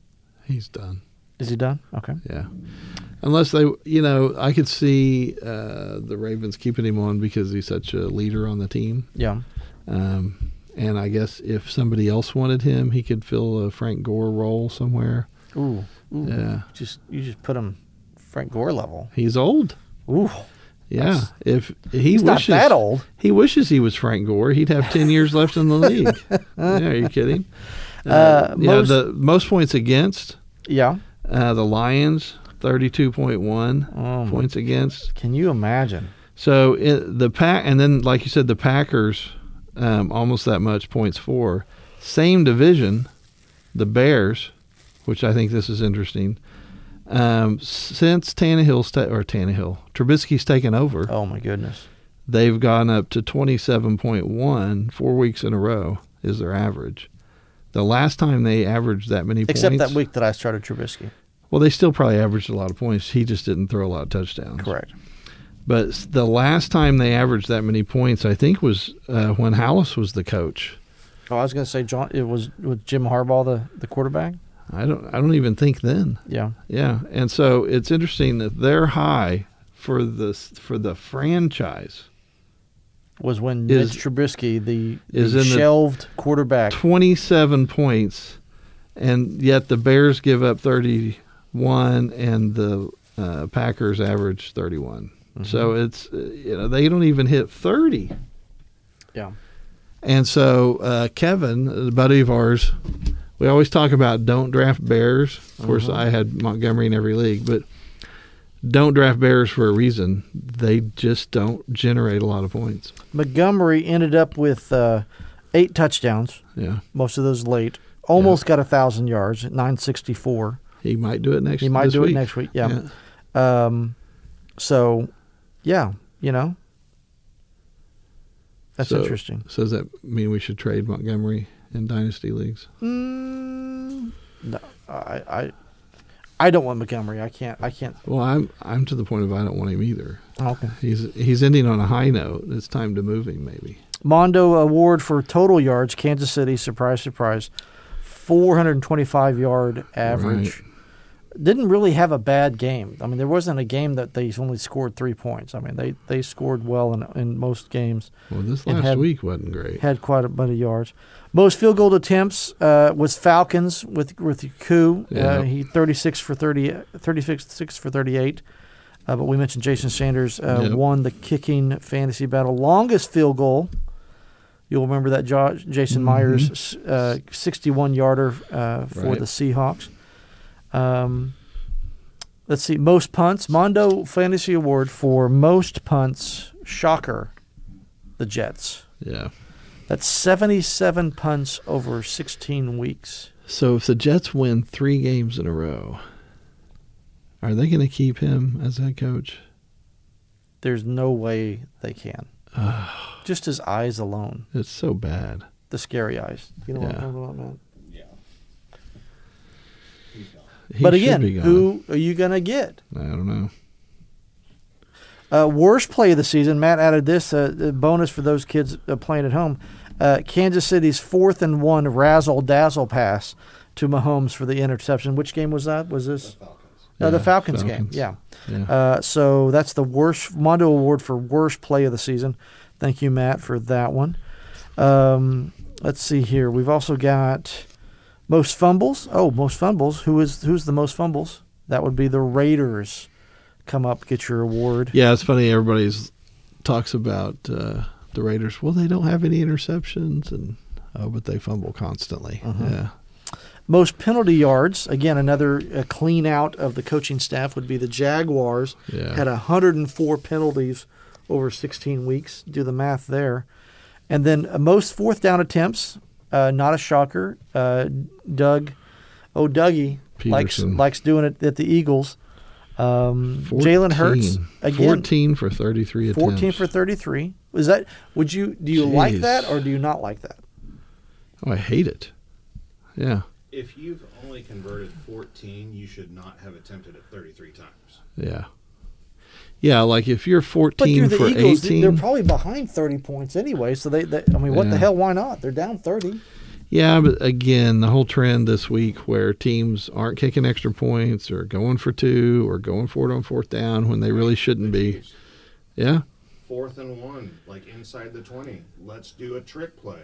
[SPEAKER 2] He's done.
[SPEAKER 1] Is he done? Okay.
[SPEAKER 2] Yeah. Unless they, you know, I could see uh, the Ravens keeping him on because he's such a leader on the team.
[SPEAKER 1] Yeah.
[SPEAKER 2] Um, and I guess if somebody else wanted him, he could fill a Frank Gore role somewhere.
[SPEAKER 1] Ooh. Ooh.
[SPEAKER 2] Yeah.
[SPEAKER 1] Just you just put him Frank Gore level.
[SPEAKER 2] He's old.
[SPEAKER 1] Ooh.
[SPEAKER 2] Yeah. if he
[SPEAKER 1] He's
[SPEAKER 2] wishes
[SPEAKER 1] not that old.
[SPEAKER 2] he wishes he was Frank Gore, he'd have 10 years left in the league. yeah, are you kidding? Uh,
[SPEAKER 1] Uh,
[SPEAKER 2] yeah,
[SPEAKER 1] most-
[SPEAKER 2] the most points against
[SPEAKER 1] Yeah.
[SPEAKER 2] uh, the Lions 32.1
[SPEAKER 1] Oh, my-
[SPEAKER 2] points against.
[SPEAKER 1] Can you imagine?
[SPEAKER 2] So it, the pack, and then like you said, the Packers um, almost that much points for same division, the Bears, which I think this is interesting. Um, since Tannehill's ta- or Tannehill Trubisky's taken over,
[SPEAKER 1] Oh my goodness.
[SPEAKER 2] they've gone up to twenty seven point one four weeks in a row is their average. The last time they averaged that many
[SPEAKER 1] Except
[SPEAKER 2] points,
[SPEAKER 1] that week that I started Trubisky.
[SPEAKER 2] well, they still probably averaged a lot of points. He just didn't throw a lot of touchdowns.
[SPEAKER 1] Correct.
[SPEAKER 2] But s- the last time they averaged that many points, I think, was uh, when Hallis was the coach.
[SPEAKER 1] Oh, I was gonna say John it was with Jim Harbaugh the, the quarterback.
[SPEAKER 2] I don't. I don't even think then.
[SPEAKER 1] Yeah.
[SPEAKER 2] Yeah, and so it's interesting that their high for the s- for the franchise
[SPEAKER 1] Was when
[SPEAKER 2] Is-
[SPEAKER 1] Mitch Trubisky, the,
[SPEAKER 2] is
[SPEAKER 1] the
[SPEAKER 2] in the-
[SPEAKER 1] shelved quarterback.
[SPEAKER 2] twenty seven points, and yet the Bears give up thirty one, and the uh, Packers average thirty So it's uh, you know they don't even hit thirty.
[SPEAKER 1] Yeah.
[SPEAKER 2] And so uh, Kevin, a buddy of ours, we always talk about don't draft bears. Of course,
[SPEAKER 1] Uh-huh.
[SPEAKER 2] I had Montgomery in every league, but don't draft bears for a reason. They just don't generate a lot of points.
[SPEAKER 1] Montgomery ended up with uh, eight touchdowns,
[SPEAKER 2] Yeah,
[SPEAKER 1] most of those late. Almost got a thousand yards at nine sixty four.
[SPEAKER 2] he might do it next.
[SPEAKER 1] He might
[SPEAKER 2] this
[SPEAKER 1] do
[SPEAKER 2] week.
[SPEAKER 1] it next week. Yeah. Um, so, yeah, you know, that's
[SPEAKER 2] So-
[SPEAKER 1] interesting.
[SPEAKER 2] So does that mean we should trade Montgomery in dynasty leagues?
[SPEAKER 1] Mm, no, I, I, I don't want Montgomery. I can't. I can't.
[SPEAKER 2] Well, I'm I'm to the point of I don't want him either.
[SPEAKER 1] Okay.
[SPEAKER 2] He's he's ending on a high note. It's time to move him, maybe.
[SPEAKER 1] Mondo Award for total yards. Kansas City. Surprise, surprise. Four hundred and twenty-five yard average. Didn't really have a bad game. I mean, there wasn't a game that they only scored three points. I mean, they, they scored well in in most games.
[SPEAKER 2] Well, this
[SPEAKER 1] And
[SPEAKER 2] last
[SPEAKER 1] had-
[SPEAKER 2] week wasn't great.
[SPEAKER 1] had quite a bit of yards. Most field goal attempts uh, was Falcons with with Koo. Uh,
[SPEAKER 2] Yeah.
[SPEAKER 1] he 36 for 30, 36 six for 38. Uh, but we mentioned Jason Sanders uh,
[SPEAKER 2] Yep.
[SPEAKER 1] won the kicking fantasy battle. Longest field goal. You'll remember that jo- Jason
[SPEAKER 2] Mm-hmm.
[SPEAKER 1] Myers uh, 61 yarder uh, for
[SPEAKER 2] Right.
[SPEAKER 1] the Seahawks. Um, let's see. Most punts. Mondo Fantasy Award for most punts. Shocker. The Jets.
[SPEAKER 2] Yeah.
[SPEAKER 1] That's 77 punts over 16 weeks.
[SPEAKER 2] So if the Jets win three games in a row, are they going to keep him as head coach?
[SPEAKER 1] There's no way they can. Just his eyes alone,
[SPEAKER 2] It's so bad.
[SPEAKER 1] the scary eyes. You know what I'm
[SPEAKER 2] Yeah.
[SPEAKER 1] talking about, man?
[SPEAKER 3] Yeah. He's gone.
[SPEAKER 2] He
[SPEAKER 1] but
[SPEAKER 2] should
[SPEAKER 1] again,
[SPEAKER 2] be gone.
[SPEAKER 1] who are you going to get?
[SPEAKER 2] I don't know.
[SPEAKER 1] Uh, worst play of the season. Matt added this uh, a bonus for those kids uh, playing at home. uh, Kansas City's fourth and one razzle dazzle pass to Mahomes for the interception. Which game was that? Was
[SPEAKER 3] The
[SPEAKER 1] this
[SPEAKER 3] Falcons.
[SPEAKER 1] uh, the
[SPEAKER 2] Yeah,
[SPEAKER 1] Falcons, game?
[SPEAKER 2] Falcons.
[SPEAKER 1] Yeah.
[SPEAKER 2] Yeah.
[SPEAKER 1] Uh, so that's the worst Mondo Award for worst play of the season. Thank you, Matt, for that one. Um, let's see here. We've also got most fumbles. Oh, most fumbles. Who is who's the most fumbles? That would be the Raiders. Come up, get your award.
[SPEAKER 2] yeah, it's funny. Everybody's talks about uh, the Raiders. Well, they don't have any interceptions, and oh, but they fumble constantly.
[SPEAKER 1] Uh-huh.
[SPEAKER 2] Yeah,
[SPEAKER 1] Most penalty yards. Again, another uh clean out of the coaching staff would be the Jaguars.
[SPEAKER 2] yeah.
[SPEAKER 1] had 104 penalties over 16 weeks. Do the math there. And then uh, most fourth down attempts, uh, not a shocker. Uh, Doug, oh, Dougie likes,
[SPEAKER 2] Peterson.
[SPEAKER 1] likes doing it at the Eagles. Um, Jalen Hurts,
[SPEAKER 2] 14.
[SPEAKER 1] again,
[SPEAKER 2] 14 for 33 attempts.
[SPEAKER 1] 14 for 33. Is that, would you, do you like
[SPEAKER 2] Jeez.
[SPEAKER 1] that or do you not like that?
[SPEAKER 2] Oh, I hate it. Yeah,
[SPEAKER 3] If you've only converted 14, you should not have attempted it 33 times.
[SPEAKER 2] yeah. Yeah, like if you're 14
[SPEAKER 1] But you're the
[SPEAKER 2] for
[SPEAKER 1] Eagles.
[SPEAKER 2] 18.
[SPEAKER 1] They're probably behind 30 points anyway. So they, they I mean, what the
[SPEAKER 2] Yeah.
[SPEAKER 1] hell? Why not? They're down 30.
[SPEAKER 2] Yeah, but again, the whole trend this week where teams aren't kicking extra points or going for two or going for it on fourth down when they really shouldn't be.
[SPEAKER 3] Chiefs,
[SPEAKER 2] Yeah,
[SPEAKER 3] Fourth and one, like inside the 20. Let's do a trick play.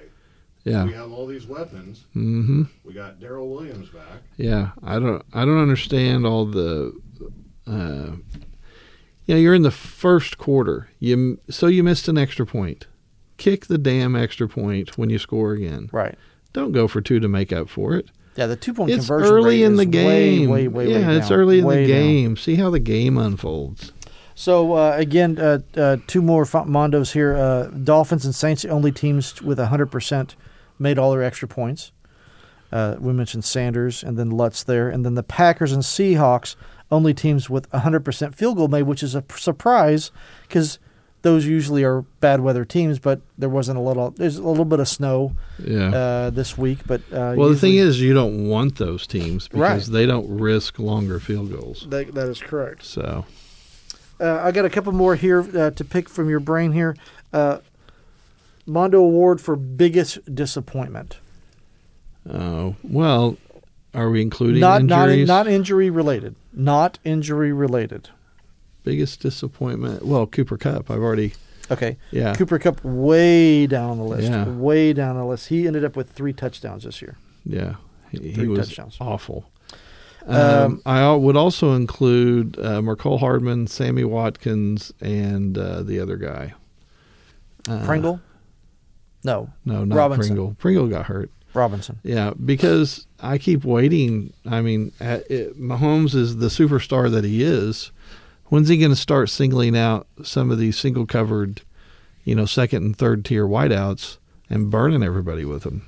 [SPEAKER 2] yeah,
[SPEAKER 3] We have all these weapons.
[SPEAKER 2] hmm
[SPEAKER 3] We got Daryl Williams back.
[SPEAKER 2] yeah. I don't, I don't understand all the. Uh, you know, you're in the first quarter. You so you missed an extra point. Kick the damn extra point when you score again.
[SPEAKER 1] Right.
[SPEAKER 2] Don't go for two to make up for it.
[SPEAKER 1] Yeah, the two point
[SPEAKER 2] It's
[SPEAKER 1] conversion.
[SPEAKER 2] early
[SPEAKER 1] rate
[SPEAKER 2] in
[SPEAKER 1] is
[SPEAKER 2] the game.
[SPEAKER 1] Way, way, way,
[SPEAKER 2] yeah,
[SPEAKER 1] way
[SPEAKER 2] it's
[SPEAKER 1] down.
[SPEAKER 2] early in
[SPEAKER 1] Way
[SPEAKER 2] the
[SPEAKER 1] down.
[SPEAKER 2] game. See how the game unfolds.
[SPEAKER 1] So uh, again, uh, uh, two more fa- mondos here. Uh, Dolphins and Saints, the only teams with hundred percent made all their extra points. Uh, we mentioned Sanders and then Lutz there, and then the Packers and Seahawks, only teams with hundred percent field goal made, which is a p- surprise because those usually are bad weather teams. But there wasn't a little. There's a little bit of snow
[SPEAKER 2] Yeah.
[SPEAKER 1] uh, this week, but uh,
[SPEAKER 2] Well, the thing
[SPEAKER 1] usually-
[SPEAKER 2] is, you don't want those teams because
[SPEAKER 1] Right.
[SPEAKER 2] they don't risk longer field goals.
[SPEAKER 1] that, that is correct.
[SPEAKER 2] So,
[SPEAKER 1] Uh, I got a couple more here uh, to pick from your brain here. Uh, Mondo Award for biggest disappointment,
[SPEAKER 2] uh, well, are we including
[SPEAKER 1] not
[SPEAKER 2] injuries?
[SPEAKER 1] not not injury related, not injury related.
[SPEAKER 2] Biggest disappointment? Well, Cooper Cup. I've already.
[SPEAKER 1] Okay,
[SPEAKER 2] Yeah.
[SPEAKER 1] Cooper Cup way down on the list,
[SPEAKER 2] Yeah.
[SPEAKER 1] way down on the list. He ended up with three touchdowns this year.
[SPEAKER 2] Yeah. He, he
[SPEAKER 1] Three
[SPEAKER 2] was
[SPEAKER 1] touchdowns.
[SPEAKER 2] awful. Um,
[SPEAKER 1] Um,
[SPEAKER 2] I al- would also include uh, Mercole Hardman, Sammy Watkins, and uh, the other guy. Uh,
[SPEAKER 1] Pringle, no
[SPEAKER 2] No, not
[SPEAKER 1] Robinson.
[SPEAKER 2] Pringle. Pringle got hurt.
[SPEAKER 1] Robinson.
[SPEAKER 2] Yeah, because I keep waiting. I mean, at- it, Mahomes is the superstar that he is. When's he going to start singling out some of these single covered, you know, second and third tier wideouts and burning everybody with them?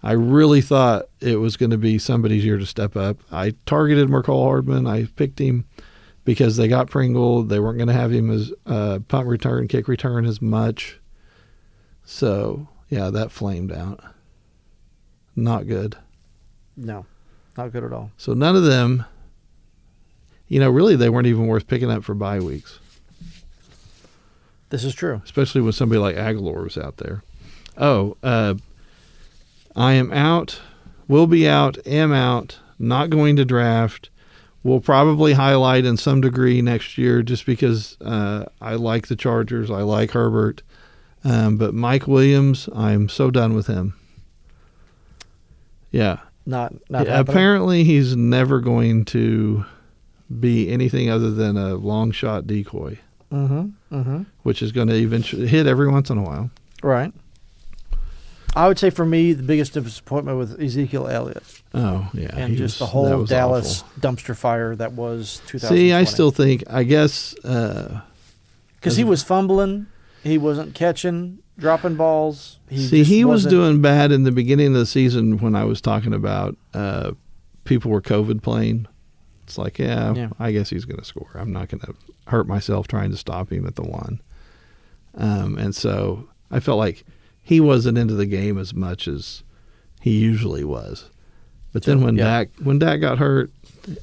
[SPEAKER 2] I really thought it was going to be somebody's year to step up. I targeted Mercole Hardman. I picked him because they got Pringle. They weren't going to have him as uh, punt return, kick return as much. So, yeah, that flamed out not good.
[SPEAKER 1] No, not good at all.
[SPEAKER 2] So none of them, you know, really they weren't even worth picking up for bye weeks,
[SPEAKER 1] This is true.
[SPEAKER 2] especially when somebody like Aguilar was out there. Oh, uh, I am out, will be out, am out, not going to draft. Will probably highlight in some degree next year just because uh, I like the Chargers, I like Herbert. Um, but Mike Williams, I'm so done with him. Yeah.
[SPEAKER 1] Not not
[SPEAKER 2] Yeah,
[SPEAKER 1] happening.
[SPEAKER 2] apparently, he's never going to be anything other than a long shot decoy,
[SPEAKER 1] Mm-hmm. Mm-hmm.
[SPEAKER 2] which is going to eventually hit every once in a while.
[SPEAKER 1] Right. I would say for me, the biggest disappointment with Ezekiel Elliott.
[SPEAKER 2] Oh yeah,
[SPEAKER 1] and
[SPEAKER 2] he
[SPEAKER 1] just the
[SPEAKER 2] was- that
[SPEAKER 1] whole
[SPEAKER 2] was
[SPEAKER 1] Dallas
[SPEAKER 2] awful.
[SPEAKER 1] dumpster fire that was 2020.
[SPEAKER 2] See, I still think. I guess. Uh,
[SPEAKER 1] because he was fumbling, he wasn't catching, dropping balls. He
[SPEAKER 2] see,
[SPEAKER 1] just
[SPEAKER 2] he was
[SPEAKER 1] wasn't-
[SPEAKER 2] doing bad in the beginning of the season when I was talking about uh, people were COVID playing. It's like, yeah,
[SPEAKER 1] Yeah.
[SPEAKER 2] I guess he's going to score. I'm not going to hurt myself trying to stop him at the one. Um, and so I felt like he wasn't into the game as much as he usually was. But then when
[SPEAKER 1] Yeah.
[SPEAKER 2] Dak when Dak got hurt,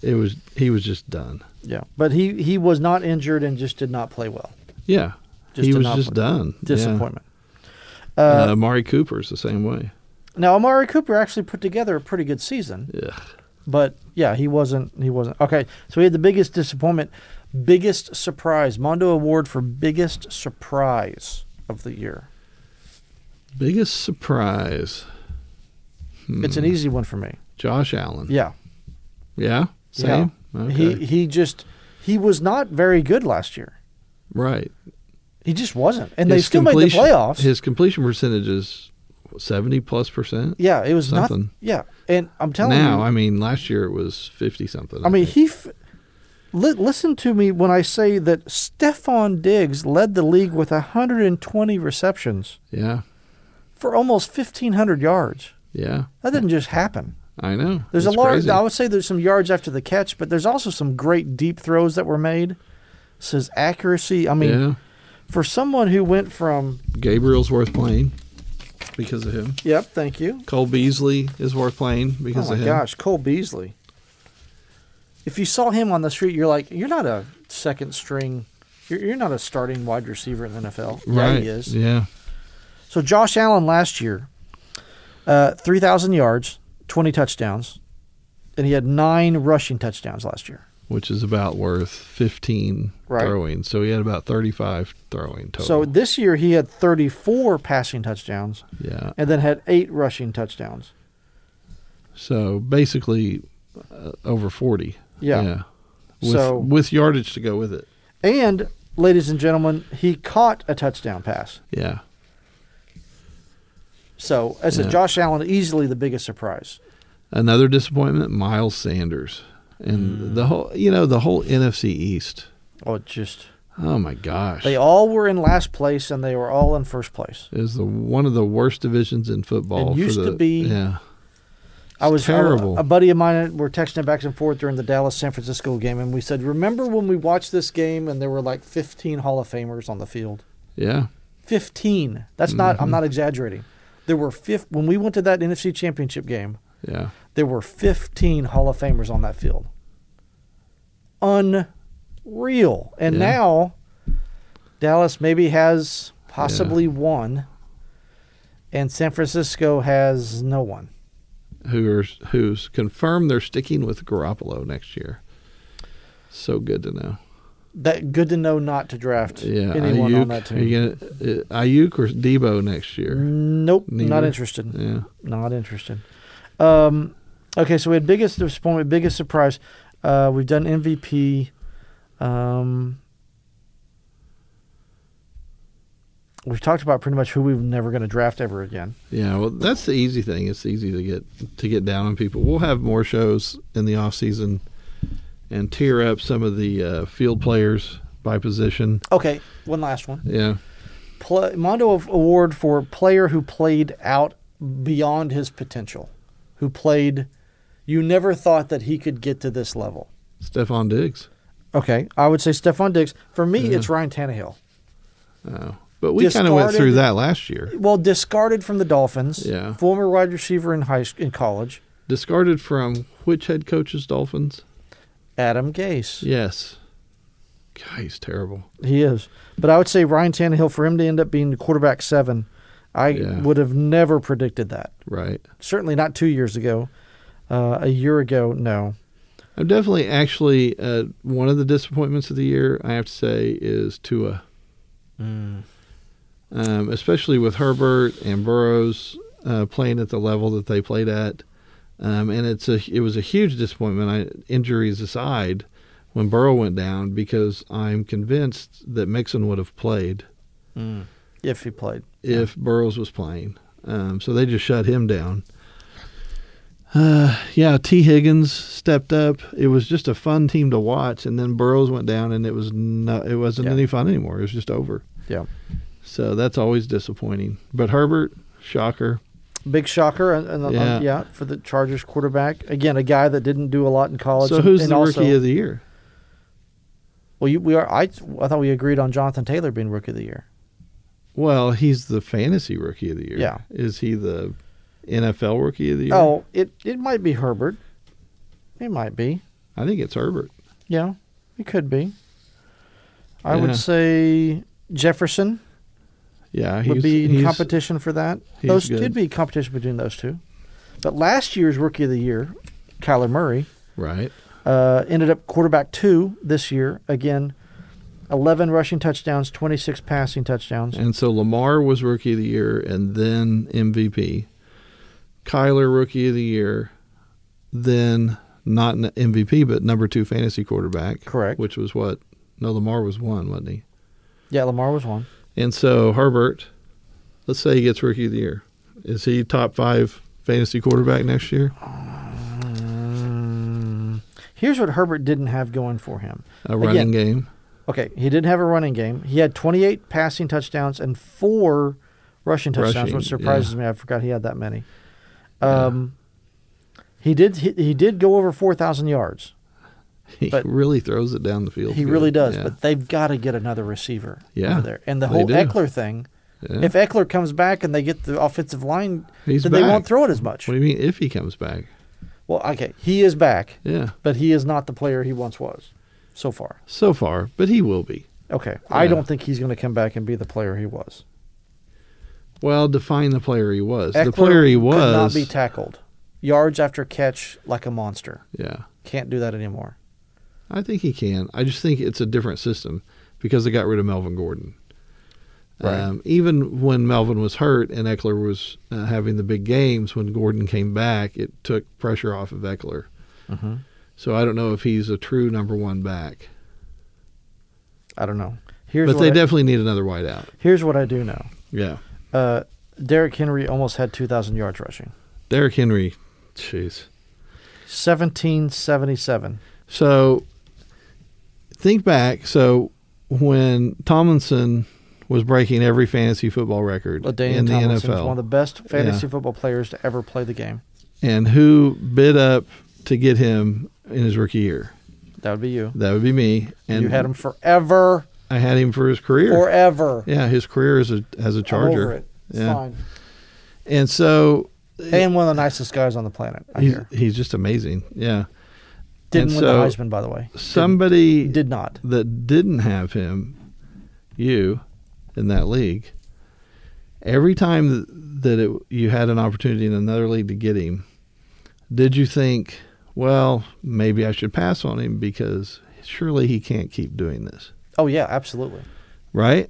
[SPEAKER 2] it was he was just done.
[SPEAKER 1] yeah, but he he was not injured and just did not play well.
[SPEAKER 2] Yeah,
[SPEAKER 1] Just
[SPEAKER 2] he
[SPEAKER 1] did
[SPEAKER 2] was
[SPEAKER 1] not
[SPEAKER 2] just
[SPEAKER 1] play.
[SPEAKER 2] done. Yeah.
[SPEAKER 1] Disappointment.
[SPEAKER 2] Uh, Amari Cooper's the same way.
[SPEAKER 1] Now Amari Cooper actually put together a pretty good season,
[SPEAKER 2] Yeah.
[SPEAKER 1] but yeah, he wasn't. He wasn't okay. So we had the biggest disappointment, biggest surprise. Mondo Award for biggest surprise of the year.
[SPEAKER 2] Biggest surprise.
[SPEAKER 1] It's
[SPEAKER 2] Hmm.
[SPEAKER 1] an easy one for me.
[SPEAKER 2] Josh Allen.
[SPEAKER 1] Yeah,
[SPEAKER 2] Yeah. Same. Okay.
[SPEAKER 1] he he just he was not very good last year.
[SPEAKER 2] right.
[SPEAKER 1] He just wasn't, and they still made the
[SPEAKER 2] completion-
[SPEAKER 1] playoffs.
[SPEAKER 2] His completion percentage is seventy plus percent.
[SPEAKER 1] yeah, it was not.
[SPEAKER 2] something.
[SPEAKER 1] Yeah, and I'm telling
[SPEAKER 2] now,
[SPEAKER 1] you,
[SPEAKER 2] I mean, last year it was fifty something.
[SPEAKER 1] I mean,
[SPEAKER 2] think.
[SPEAKER 1] he. F- li- listen to me when I say that Stefan Diggs led the league with 120 receptions
[SPEAKER 2] yeah,
[SPEAKER 1] for almost 1,500 yards.
[SPEAKER 2] yeah,
[SPEAKER 1] That didn't just happen.
[SPEAKER 2] I know.
[SPEAKER 1] There's
[SPEAKER 2] It's
[SPEAKER 1] a lot.
[SPEAKER 2] crazy.
[SPEAKER 1] I would say there's some yards after the catch, but there's also some great deep throws that were made. Says accuracy. I mean,
[SPEAKER 2] yeah,
[SPEAKER 1] for someone who went from
[SPEAKER 2] Gabriel's worth playing because of him.
[SPEAKER 1] yep, thank you.
[SPEAKER 2] Cole Beasley is worth playing
[SPEAKER 1] Oh
[SPEAKER 2] because
[SPEAKER 1] my
[SPEAKER 2] of him.
[SPEAKER 1] gosh, Cole Beasley. If you saw him on the street, you're like, you're not a second string. You're, you're not a starting wide receiver in the NFL.
[SPEAKER 2] Right.
[SPEAKER 1] Yeah, he is.
[SPEAKER 2] Yeah.
[SPEAKER 1] So Josh Allen last year, uh, three thousand yards, twenty touchdowns, and he had nine rushing touchdowns last year.
[SPEAKER 2] Which is about worth fifteen
[SPEAKER 1] Right.
[SPEAKER 2] throwing. So he had about thirty-five throwing total.
[SPEAKER 1] So this year he had thirty-four passing touchdowns
[SPEAKER 2] yeah.
[SPEAKER 1] and then had eight rushing touchdowns.
[SPEAKER 2] So basically, uh, over forty.
[SPEAKER 1] Yeah.
[SPEAKER 2] With,
[SPEAKER 1] So-
[SPEAKER 2] with yardage to go with it.
[SPEAKER 1] And ladies and gentlemen, he caught a touchdown pass.
[SPEAKER 2] Yeah.
[SPEAKER 1] So as a
[SPEAKER 2] Yeah.
[SPEAKER 1] Josh Allen, easily the biggest surprise.
[SPEAKER 2] Another disappointment, Miles Sanders. And
[SPEAKER 1] Mm.
[SPEAKER 2] the whole, you know, the whole NFC East.
[SPEAKER 1] Oh, it just
[SPEAKER 2] Oh my gosh.
[SPEAKER 1] they all were in last place and they were all in first place.
[SPEAKER 2] is the one of the worst divisions in football.
[SPEAKER 1] It
[SPEAKER 2] for
[SPEAKER 1] used
[SPEAKER 2] the-
[SPEAKER 1] to be-
[SPEAKER 2] Yeah.
[SPEAKER 1] I was uh,
[SPEAKER 2] terrible.
[SPEAKER 1] A, a buddy of mine. uh, We're texting back and forth during the Dallas San Francisco game, and we said, "Remember when we watched this game and there were like 15 Hall of Famers on the field?
[SPEAKER 2] Yeah.
[SPEAKER 1] 15. That's not. I'm not exaggerating. There were fif- when we went to that NFC Championship game.
[SPEAKER 2] Yeah.
[SPEAKER 1] There were 15 Hall of Famers on that field. Unreal. And
[SPEAKER 2] Yeah.
[SPEAKER 1] now Dallas maybe has possibly one, and San Francisco has no one.
[SPEAKER 2] Who are who's confirmed they're sticking with Garoppolo next year. So good to know.
[SPEAKER 1] that good to know not to draft
[SPEAKER 2] Yeah.
[SPEAKER 1] anyone
[SPEAKER 2] Ayuk,
[SPEAKER 1] on that
[SPEAKER 2] Are
[SPEAKER 1] team.
[SPEAKER 2] you gonna, uh, Ayuk or Debo next year?
[SPEAKER 1] Nope, not
[SPEAKER 2] Neither.
[SPEAKER 1] interested.
[SPEAKER 2] Yeah.
[SPEAKER 1] Not interested. Um, okay, so we had biggest disappointment, biggest surprise. Uh, we've done MVP. Um, we've talked about pretty much who we're never going to draft ever again.
[SPEAKER 2] Yeah, well, that's the easy thing. It's easy to get to get down on people. We'll have more shows in the off season and tear up some of the uh, field players by position.
[SPEAKER 1] Okay, one last one.
[SPEAKER 2] Yeah,
[SPEAKER 1] Pla Mondo Av- Award for player who played out beyond his potential, who played. You never thought that he could get to this level.
[SPEAKER 2] Stephon Diggs.
[SPEAKER 1] Okay, I would say Stephon Diggs. For me,
[SPEAKER 2] Yeah.
[SPEAKER 1] it's Ryan Tannehill.
[SPEAKER 2] Oh, but we kind of went
[SPEAKER 1] Discarded-
[SPEAKER 2] through that last year.
[SPEAKER 1] Well, discarded from the Dolphins.
[SPEAKER 2] Yeah.
[SPEAKER 1] Former wide receiver in high sch- in college,
[SPEAKER 2] Discarded from which head coaches Dolphins?
[SPEAKER 1] Adam Gase.
[SPEAKER 2] Yes, God, he's terrible.
[SPEAKER 1] He is. But I would say Ryan Tannehill for him to end up being the quarterback seven, I
[SPEAKER 2] Yeah.
[SPEAKER 1] would have never predicted that.
[SPEAKER 2] Right.
[SPEAKER 1] Certainly not two years ago. Uh, a year ago, no.
[SPEAKER 2] I'm definitely actually uh, one of the disappointments of the year. I have to say is Tua, um, especially with Herbert and Burrows uh, playing at the level that they played at, um, and it's a it was a huge disappointment. I, injuries aside, when Burrow went down, because I'm convinced that Mixon would have played
[SPEAKER 1] If he played,
[SPEAKER 2] if Burrows was playing. Um, so they just shut him down. Uh, yeah, T. Higgins stepped up. It was just a fun team to watch, and then Burrows went down, and it was no, it wasn't
[SPEAKER 1] Yeah.
[SPEAKER 2] any fun anymore. It was just over.
[SPEAKER 1] yeah.
[SPEAKER 2] So that's always disappointing. But Herbert, shocker.
[SPEAKER 1] Big shocker, and, and yeah.
[SPEAKER 2] Yeah.
[SPEAKER 1] for the Chargers quarterback again, a guy that didn't do a lot in college.
[SPEAKER 2] so
[SPEAKER 1] and-
[SPEAKER 2] who's
[SPEAKER 1] and
[SPEAKER 2] the
[SPEAKER 1] also-
[SPEAKER 2] rookie of the year?
[SPEAKER 1] Well, you, we are. I, I thought we agreed on Jonathan Taylor being rookie of the year.
[SPEAKER 2] Well, he's the fantasy rookie of the year.
[SPEAKER 1] Yeah.
[SPEAKER 2] Is he the NFL rookie of the year?
[SPEAKER 1] Oh, it it might be Herbert. It might be.
[SPEAKER 2] I think it's Herbert.
[SPEAKER 1] Yeah, it could be. I
[SPEAKER 2] Yeah.
[SPEAKER 1] would say Jefferson
[SPEAKER 2] Yeah, he's,
[SPEAKER 1] would be in
[SPEAKER 2] he's-
[SPEAKER 1] competition for that.
[SPEAKER 2] he's
[SPEAKER 1] Those
[SPEAKER 2] good.
[SPEAKER 1] could be competition between those two. But last year's rookie of the year, Kyler Murray,
[SPEAKER 2] right.
[SPEAKER 1] uh, ended up quarterback two this year. Again, 11 rushing touchdowns, 26 passing touchdowns.
[SPEAKER 2] And so Lamar was rookie of the year and then MVP. Kyler rookie of the year, then not an MVP but number 2 fantasy quarterback.
[SPEAKER 1] Correct.
[SPEAKER 2] Which was what? No, Lamar was one, wasn't he?
[SPEAKER 1] Yeah, Lamar was one.
[SPEAKER 2] And so Herbert, let's say he gets rookie of the year. Is he top 5 fantasy quarterback next year?
[SPEAKER 1] Mm, here's what Herbert didn't have going for him.
[SPEAKER 2] A running game.
[SPEAKER 1] Okay, he didn't have a running game. He had 28 passing touchdowns and four rushing touchdowns,
[SPEAKER 2] Rushing,
[SPEAKER 1] which surprises me. I forgot he had that many. Um, He did. He, he did go over 4,000 yards.
[SPEAKER 2] He
[SPEAKER 1] but-
[SPEAKER 2] really throws it down the field.
[SPEAKER 1] He
[SPEAKER 2] good.
[SPEAKER 1] really does.
[SPEAKER 2] Yeah.
[SPEAKER 1] But they've got to get another receiver
[SPEAKER 2] Yeah,
[SPEAKER 1] over there. And the
[SPEAKER 2] they
[SPEAKER 1] whole
[SPEAKER 2] do.
[SPEAKER 1] Eckler thing.
[SPEAKER 2] Yeah.
[SPEAKER 1] If Eckler comes back and they get the offensive line,
[SPEAKER 2] He's
[SPEAKER 1] then they
[SPEAKER 2] back.
[SPEAKER 1] won't throw it as much.
[SPEAKER 2] What do you mean if he comes back?
[SPEAKER 1] Well, okay, he is back,
[SPEAKER 2] Yeah.
[SPEAKER 1] but he is not the player he once was, so far.
[SPEAKER 2] So far, but he will be.
[SPEAKER 1] Okay, I
[SPEAKER 2] Yeah.
[SPEAKER 1] don't think he's going to come back and be the player he was.
[SPEAKER 2] Well, define the player he was. the
[SPEAKER 1] Eckler
[SPEAKER 2] player he
[SPEAKER 1] could
[SPEAKER 2] was.
[SPEAKER 1] not be tackled. Yards after catch like a monster.
[SPEAKER 2] yeah,
[SPEAKER 1] Can't do that anymore.
[SPEAKER 2] I think he can. I just think it's a different system because they got rid of Melvin Gordon. Um,
[SPEAKER 1] Right.
[SPEAKER 2] even when Melvin was hurt and Eckler was uh, having the big games, when Gordon came back, it took pressure off of Eckler. Mm-hmm.
[SPEAKER 1] Mhm.
[SPEAKER 2] So I don't know if he's a true number one back,
[SPEAKER 1] I don't know. Here's
[SPEAKER 2] but
[SPEAKER 1] what
[SPEAKER 2] they
[SPEAKER 1] I,
[SPEAKER 2] definitely need another wideout.
[SPEAKER 1] here's what I do know.
[SPEAKER 2] Yeah,
[SPEAKER 1] Uh, Derrick Henry almost had 2,000 yards rushing.
[SPEAKER 2] Derrick Henry, jeez.
[SPEAKER 1] 1777.
[SPEAKER 2] So think back. So when Tomlinson was breaking every fantasy football record in
[SPEAKER 1] Ladainian
[SPEAKER 2] the
[SPEAKER 1] Tomlinson is
[SPEAKER 2] NFL,
[SPEAKER 1] one of the best fantasy
[SPEAKER 2] Yeah.
[SPEAKER 1] football players to ever play the game.
[SPEAKER 2] and who bid up to get him in his rookie year?
[SPEAKER 1] That would be you.
[SPEAKER 2] That would be me. And
[SPEAKER 1] you had him forever,
[SPEAKER 2] I had him for his career.
[SPEAKER 1] forever.
[SPEAKER 2] yeah, his career as a as a Charger.
[SPEAKER 1] I'm over it. It's
[SPEAKER 2] Yeah.
[SPEAKER 1] fine.
[SPEAKER 2] And so
[SPEAKER 1] And one of the nicest guys on the planet. I
[SPEAKER 2] he's
[SPEAKER 1] hear.
[SPEAKER 2] he's just amazing. Yeah.
[SPEAKER 1] Didn't
[SPEAKER 2] and
[SPEAKER 1] win
[SPEAKER 2] so-
[SPEAKER 1] the Heisman, by the way.
[SPEAKER 2] Somebody
[SPEAKER 1] Did, did not.
[SPEAKER 2] that didn't have him, you, in that league, every time th- that it, you had an opportunity in another league to get him, did you think, well, maybe I should pass on him because surely he can't keep doing this,
[SPEAKER 1] Oh yeah, absolutely.
[SPEAKER 2] right?